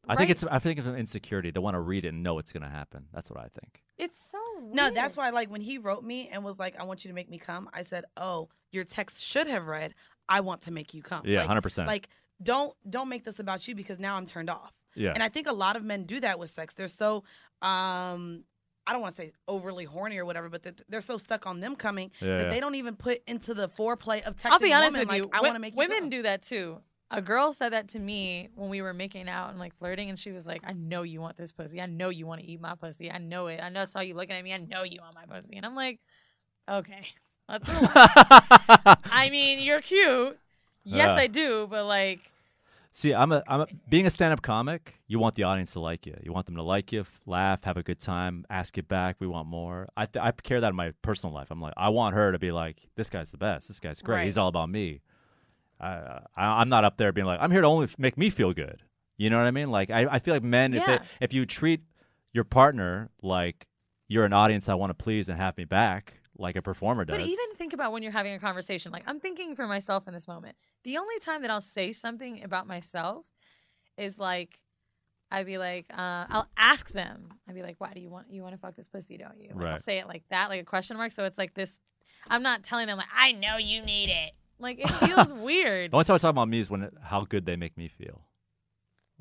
I right? think it's. I think it's an insecurity. They want to read it and know it's gonna happen. That's what I think. It's so No, that's why like when he wrote me and was like, I want you to make me come, I said, Oh, your text should have read, I want to make you come. Yeah, Like- 100%. Like, don't don't make this about you because now I'm turned off. Yeah. And I think a lot of men do that with sex. They're so um I don't want to say overly horny or whatever, but they're, they're so stuck on them coming Yeah, that yeah. they don't even put into the foreplay of texting I'll be a honest woman, with you. like, I wo- want to make you women do that too. A girl said that to me when we were making out and like flirting, and she was like, "I know you want this pussy. I know you want to eat my pussy. I know it. I know I saw you looking at me. I know you want my pussy." And I'm like, "Okay, let's relax." I mean, you're cute. Yes, Yeah. I do, but like, See, I'm a, I'm a, being a stand-up comic. You want the audience to like you. You want them to like you, f- laugh, have a good time, ask it back. We want more. I th- I care that in my personal life. I'm like, I want her to be like, this guy's the best. This guy's great. Right. He's all about me. I, I I'm not up there being like, I'm here to only f- make me feel good. You know what I mean? Like, I, I feel like men, if Yeah. they, if you treat your partner like you're an audience I want to please and have me back, like a performer does. But even think about when you're having a conversation. Like I'm thinking for myself in this moment. The only time that I'll say something about myself is like I'd be like, uh, I'll ask them. I'd be like, why do you want you want to fuck this pussy, don't you? Like, I'll Right. say it like that, like a question mark. So it's like this I'm not telling them like I know you need it. Like it feels weird. the only time I talk about me is when how good they make me feel.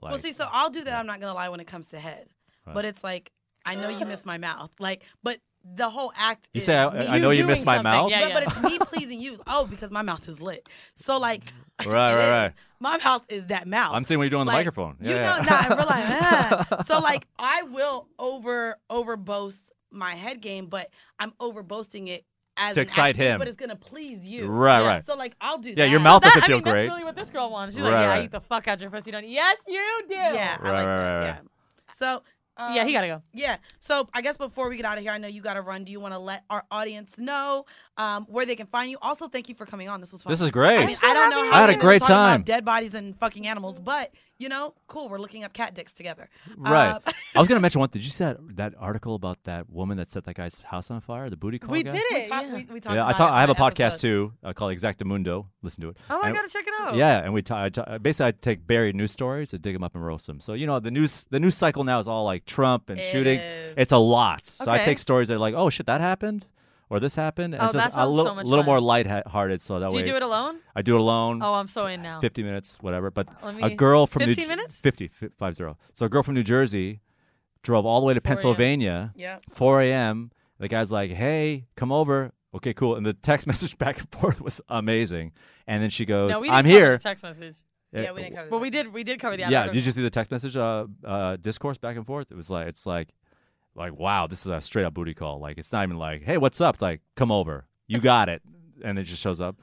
Like, uh, well, see, so I'll do that. I'm not gonna lie when it comes to head, Right. but it's like I know you miss my mouth. Like, but the whole act. You is say, I- me I know you doing miss my something. mouth? Yeah, but, but yeah. it's me pleasing you. Oh, because my mouth is lit. So like, right, right, right. my mouth is that mouth. I'm seeing what you're doing on the Like, microphone. you Yeah, know, yeah. nah, we're like, ah. so like I will over over boast my head game, but I'm over boasting it as To an excite athlete, him. but it's gonna please you. Right, right. So like I'll do Yeah, that. your mouth That- doesn't I feel mean, great. That's really what this girl wants. She's Right, like, yeah, right. I eat the fuck out your pussy, don't you? Yes, you do. Yeah, I like that. Yeah. So um, Yeah, he gotta go. Yeah. So I guess before we get out of here, I know you gotta run. Do you want to let our audience know um, where they can find you? Also, thank you for coming on. This was fun. This is great. I, I'm mean, so I don't happy know. you How I had a we ended up great talking about time. Dead bodies and fucking animals, but you know, cool. We're looking up cat dicks together. Right. Uh, I was gonna mention one. Did you see that that article about that woman that set that guy's house on fire? The booty call. We guy? did it. talked- yeah. we- we Yeah, I talk, I have a podcast too uh, called Exactamundo. Listen to it. Oh, I And- gotta check it out. Yeah, and we ta- I ta- basically I take buried news stories and dig them up and roast them. So you know the news the news cycle now is all like Trump and shooting. It's a lot. So I Okay. take stories that are like, oh shit, that happened, or this happened, and Oh, so that it's a sounds little, so much little fun. more lighthearted. So that Do way you do it alone? I do it alone. Oh, I'm so in now. 50 minutes, whatever. But Let a me- girl from New 15 J- minutes? 50, fi- five zero. So a girl from New Jersey drove all the way to Pennsylvania. Yeah. 4 a.m. The guy's like, "Hey, come over." Okay, cool. And the text message back and forth was amazing. And then she goes, no, we didn't "I'm cover here." The text message. Yeah, Yeah, we didn't cover. But we did. We did cover the. yeah, outro. did you see the text message uh, uh, discourse back and forth? It was like it's like like wow, this is a straight up booty call. Like it's not even like, "Hey, what's up?" It's like, "Come over. You got it." And it just shows up.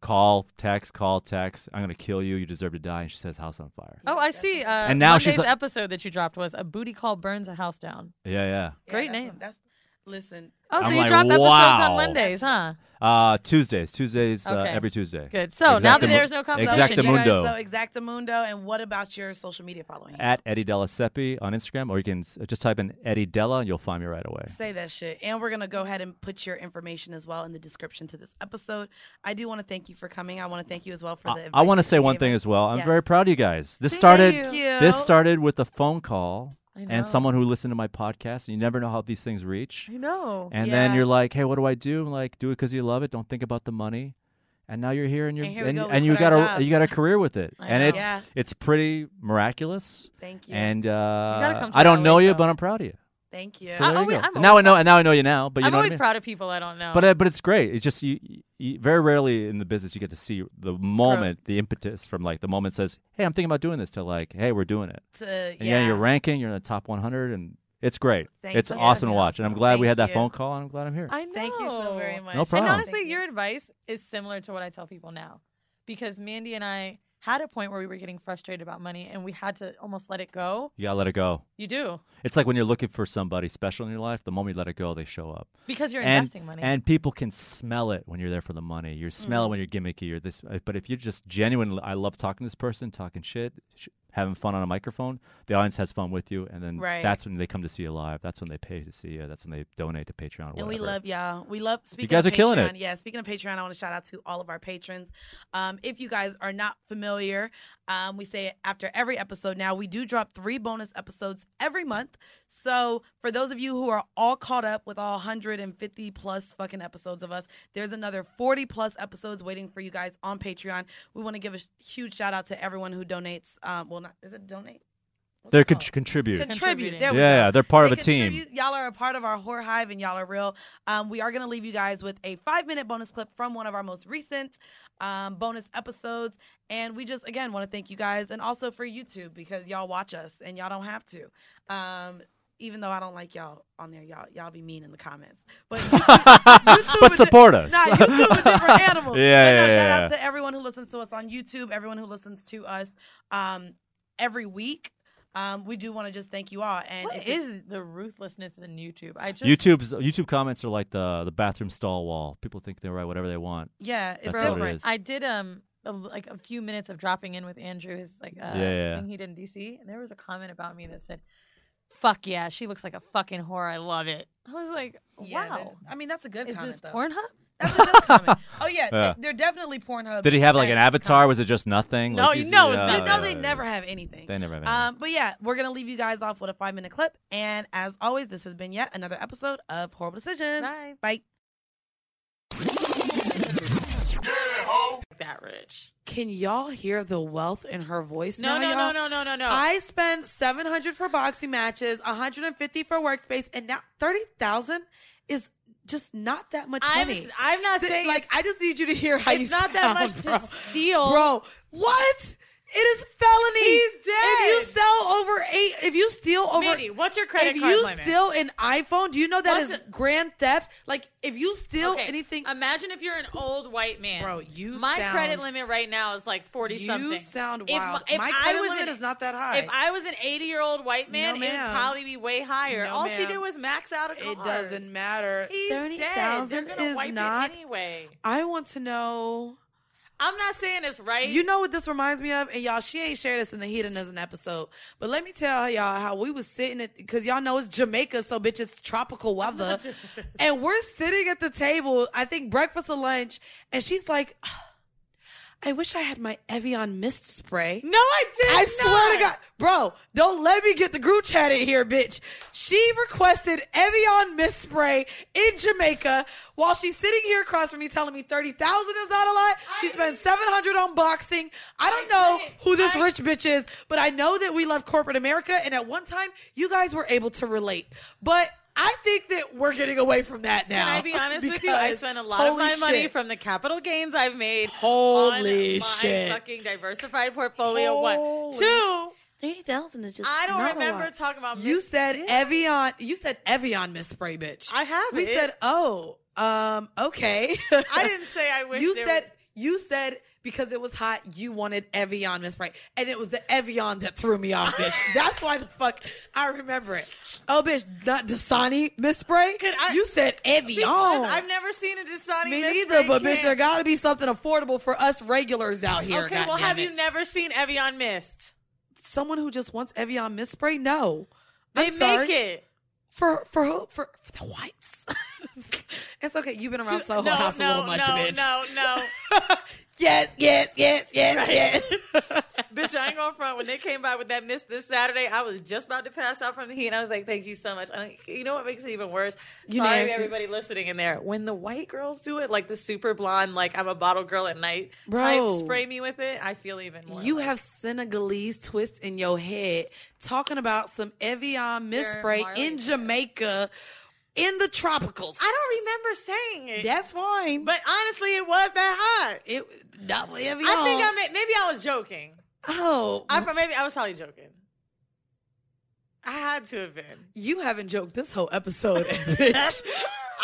Call, text, call, text. I'm gonna kill you. You deserve to die. And she says, "House on fire." Oh, I see. Uh, And now she's Monday's like- episode that you dropped was a booty call burns a house down. Yeah, yeah. Great name. that's listen. Oh, so I'm you like, drop episodes on wow. Mondays, huh? Uh, Tuesdays, Tuesdays, Okay. uh, every Tuesday. Good. So, now that Exactamu- there's no competition, Exactamundo. So Exactamundo, and what about your social media following? at Eddie Della Seppi on Instagram, or you can s- just type in Eddie Della and you'll find me right away. Say that shit. And we're going to go ahead and put your information as well in the description to this episode. I do want to thank you for coming. I want to thank you as well for the I want to advice say you one gave thing us. as well. I'm Yes. very proud of you guys. This started. Thank you. This started with a phone call I know. and someone who listened to my podcast. And you never know how these things reach. I know. And then you're like, hey, what do I do? I'm like, do it because you love it. Don't think about the money. And now you're here and you're And here we and, go. and We you quit our got a jobs. you got a career with it. I and know. it's Yeah. it's pretty miraculous. Thank you. And gotta uh, come to I the don't LA know you, show. but I'm proud of you. Thank you. So I there you always- go. I'm now I always know. proud- Now I know you now. But you I'm know what I always mean? proud of people I don't know. But uh, but it's great. It's just you, you very rarely in the business you get to see the moment, the impetus from like the moment says, "Hey, I'm thinking about doing this," to like, "Hey, we're doing it." To- and yeah. you're ranking. You're in the top 100, and it's great. Thank it's you. awesome to Yeah. watch, and I'm glad we had Thank that you. phone call, and I'm glad I'm here. I know. Thank you so very much. problem. And honestly, your advice is similar to what I tell people now, because Mandy and I had a point where we were getting frustrated about money and we had to almost let it go. You gotta let it go. You do. It's like when you're looking for somebody special in your life. The moment you let it go, they show up. Because you're And- investing money. And people can smell it when you're there for the money. You Mm-hmm. smell it when you're gimmicky or this. uh, But if you're just genuine, I love talking to this person, talking shit, sh- having fun on a microphone. The audience has fun with you, and then Right. that's when they come to see you live. That's when they pay to see you. That's when they donate to Patreon. And we whatever. love y'all. We love speaking. guys of are killing Patreon, it. Yeah, speaking of Patreon, I want to shout out to all of our patrons. Um, if you guys are not familiar, um, we say it after every episode. Now we do drop three bonus episodes every month. So for those of you who are all caught up with all 150 plus fucking episodes of us, there's another 40 plus episodes waiting for you guys on Patreon. We want to give a sh- huge shout out to everyone who donates. Um, well, not is it donate? They're con- contribute. Contribute. There we yeah, go. they're part They of a team. contribute. Y'all are a part of our whore hive, and y'all are real. Um, we are going to leave you guys with a five minute bonus clip from one of our most recent um, bonus episodes. And we just, again, want to thank you guys and also for YouTube because y'all watch us and y'all don't have to. Um, even though I don't like y'all on there, y'all y'all be mean in the comments. But YouTube, YouTube But is a- support us. Nah, YouTube is different animal. Yeah, But yeah, no, shout yeah, out yeah. to everyone who listens to us on YouTube, everyone who listens to us um, every week. Um, we do want to just thank you all. And What if you- is the ruthlessness in YouTube? I just YouTube's YouTube comments are like the the bathroom stall wall. People think they write whatever they want. Yeah, That's what it is. I did um a, like a few minutes of dropping in with Andrew, his like uh, Yeah, yeah. thing he did in DC, and there was a comment about me that said, "Fuck yeah, she looks like a fucking whore. I love it." I was like, "Wow." Yeah, that- I mean, that's a good Is comment. this though. Pornhub? That's a good comment. Oh yeah, Yeah. th- they're definitely Pornhub. Did he have like an fans. avatar? Was it just nothing? No, Like, you these- know it's yeah, not. You know yeah, they yeah. never have anything. They never have anything. Um, but yeah, we're gonna leave you guys off with a five minute clip, and as always, this has been yet another episode of Horrible Decisions. Bye. Bye. That rich. Can y'all hear the wealth in her voice? No, now, no, y'all? no, no, no, no, no. I spend seven hundred for boxing matches, one hundred and fifty for workspace, and now thirty thousand is just not that much I'm- money. I'm not Th- saying like it's- I just need you to hear how it's you not that sound, much to bro. steal. bro. What? It is felony. He's If dead. you sell over eight, if you steal over, Mindy, what's your credit If card you limit? steal an iPhone, do you know that is What's grand theft? Like if you steal Okay, anything, Imagine if you're an old white man, Bro, you my sound- credit limit right now is like forty You something. sound If wild. if My I credit was limit an- is not that high. If I was an eighty year old white man, it would ma'am. probably be way higher. No, All she ma'am. did was max out a car. It doesn't matter. He's Thirty dead. They're thousand gonna is wipe not. it anyway. I want to know. I'm not saying it's right. You know what this reminds me of? And y'all, she ain't shared this in the hedonism episode. But let me tell y'all how we was sitting at because y'all know it's Jamaica, so bitch, it's tropical weather. and we're sitting at the table, I think breakfast or lunch, and she's like, "Ah, I wish I had my Evian mist spray. No, I did I swear not. to God, bro, don't let me get the group chat in here, bitch. She requested Evian mist spray in Jamaica while she's sitting here across from me telling me 30000 is not a lot. She spent 700 on boxing. I don't know who this rich bitch is, but I know that we love corporate America. And at one time, you guys were able to relate. But I think that we're getting away from that now. Can I be honest with you? I Because spent a lot of holy my money shit. from the capital gains I've made. Holy on shit. My fucking diversified portfolio. One, Holy two. Thirty thousand is just. I don't not a remember lot. talking about You Miss- said Did I? Evian. You said Evian Miss Spray, bitch. I have We it. said, oh, um, okay. I didn't say I wish. you there said you said because it was hot, you wanted Evian Miss Spray, and it was the Evian that threw me off, bitch. That's why the fuck I remember it. Oh, bitch, not Dasani Miss Spray. you said was- Evian. because I've never seen a Dasani. me Miss neither, Spray but bitch, can. there gotta be something affordable for us regulars out here. Okay, well, goddammit. have you never seen Evian Mist? someone who just wants Evian mist spray? No, They make I'm sorry. it. for for who for, for the whites. it's okay. You've been around To- Soho no, House a no, little much, no, bitch. No, no, Yes, yes, yes, yes, Right. yes. bitch, I ain't gonna front. When they came by with that mist this Saturday, I was just about to pass out from the heat, and I was like, "Thank you so much." And you know what makes it even worse? You Sorry, to nasty. everybody listening in there. When the white girls do it, like the super blonde, like I'm a bottle girl at night Bro. type, spray me with it. I feel even more. You have Senegalese twist in your head talking about some Evian mist They're spray Marley in Jamaica in the tropicals. I don't remember saying it. That's fine. But honestly, it was that hot. It. That was Evian. I think I meant maybe I was joking. Oh, I maybe I was probably joking. I had to have been. you haven't joked this whole episode, bitch.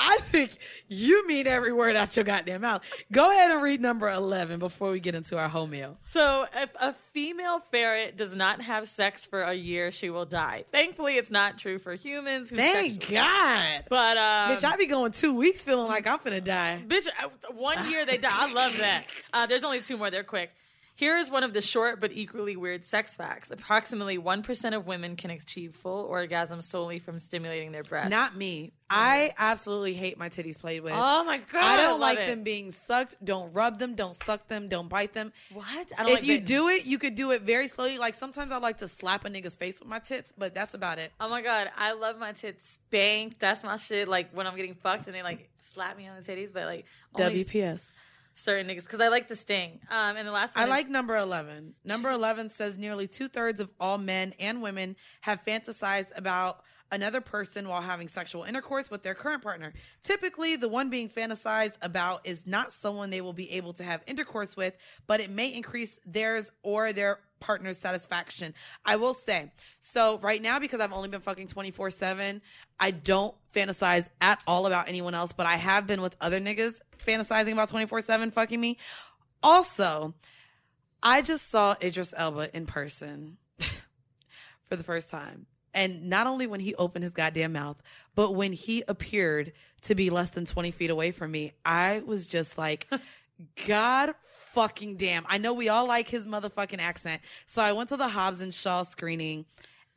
I think you mean every word out your goddamn mouth. Go ahead and read number 11 before we get into our whole meal. So, if a female ferret does not have sex for a year, she will die. Thankfully, it's not true for humans. Who Thank sexually- God. But um, Bitch, I be going two weeks feeling like I'm finna die. Bitch, uh, one year they die. I love that. Uh, there's only two more. They're quick. Here is one of the short but equally weird sex facts. Approximately 1% of women can achieve full orgasm solely from stimulating their breasts. Not me. I absolutely hate my titties played with. Oh my God, I I don't love like it. them being sucked. Don't rub them. Don't suck them. Don't bite them. What? I don't if like you bitten. do it, you could do it very slowly. Like sometimes I like to slap a nigga's face with my tits, but that's about it. Oh my god, I love my tits spanked. That's my shit. Like when I'm getting fucked and they like slap me on the titties, but like only WPS. certain niggas because I like the sting. Um, and the last one I is- like number 11. Number 11 says nearly two thirds of all men and women have fantasized about another person while having sexual intercourse with their current partner. Typically, the one being fantasized about is not someone they will be able to have intercourse with, but it may increase theirs or their partner's satisfaction. I will say, so right now, because I've only been fucking 24 7, I don't fantasize at all about anyone else, but I have been with other niggas fantasizing about 24 7 fucking me. Also, I just saw Idris Elba in person for the first time. And not only when he opened his goddamn mouth, but when he appeared to be less than 20 feet away from me, I was just like, God fucking damn. I know we all like his motherfucking accent. So I went to the Hobbs and Shaw screening.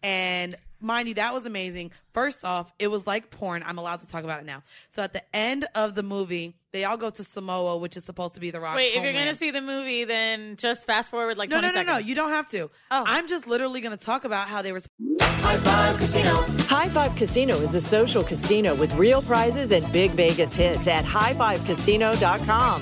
And mind you, that was amazing. First off, it was like porn. I'm allowed to talk about it now. So at the end of the movie, they all go to Samoa, which is supposed to be the rock. Wait, if you're gonna see the movie, then just fast forward like No, 20 no, no, no. seconds. Oh. You don't have to. I'm just literally going to talk about how they were. High Five Casino. High Five Casino is a social casino with real prizes and big Vegas hits at highfivecasino.com.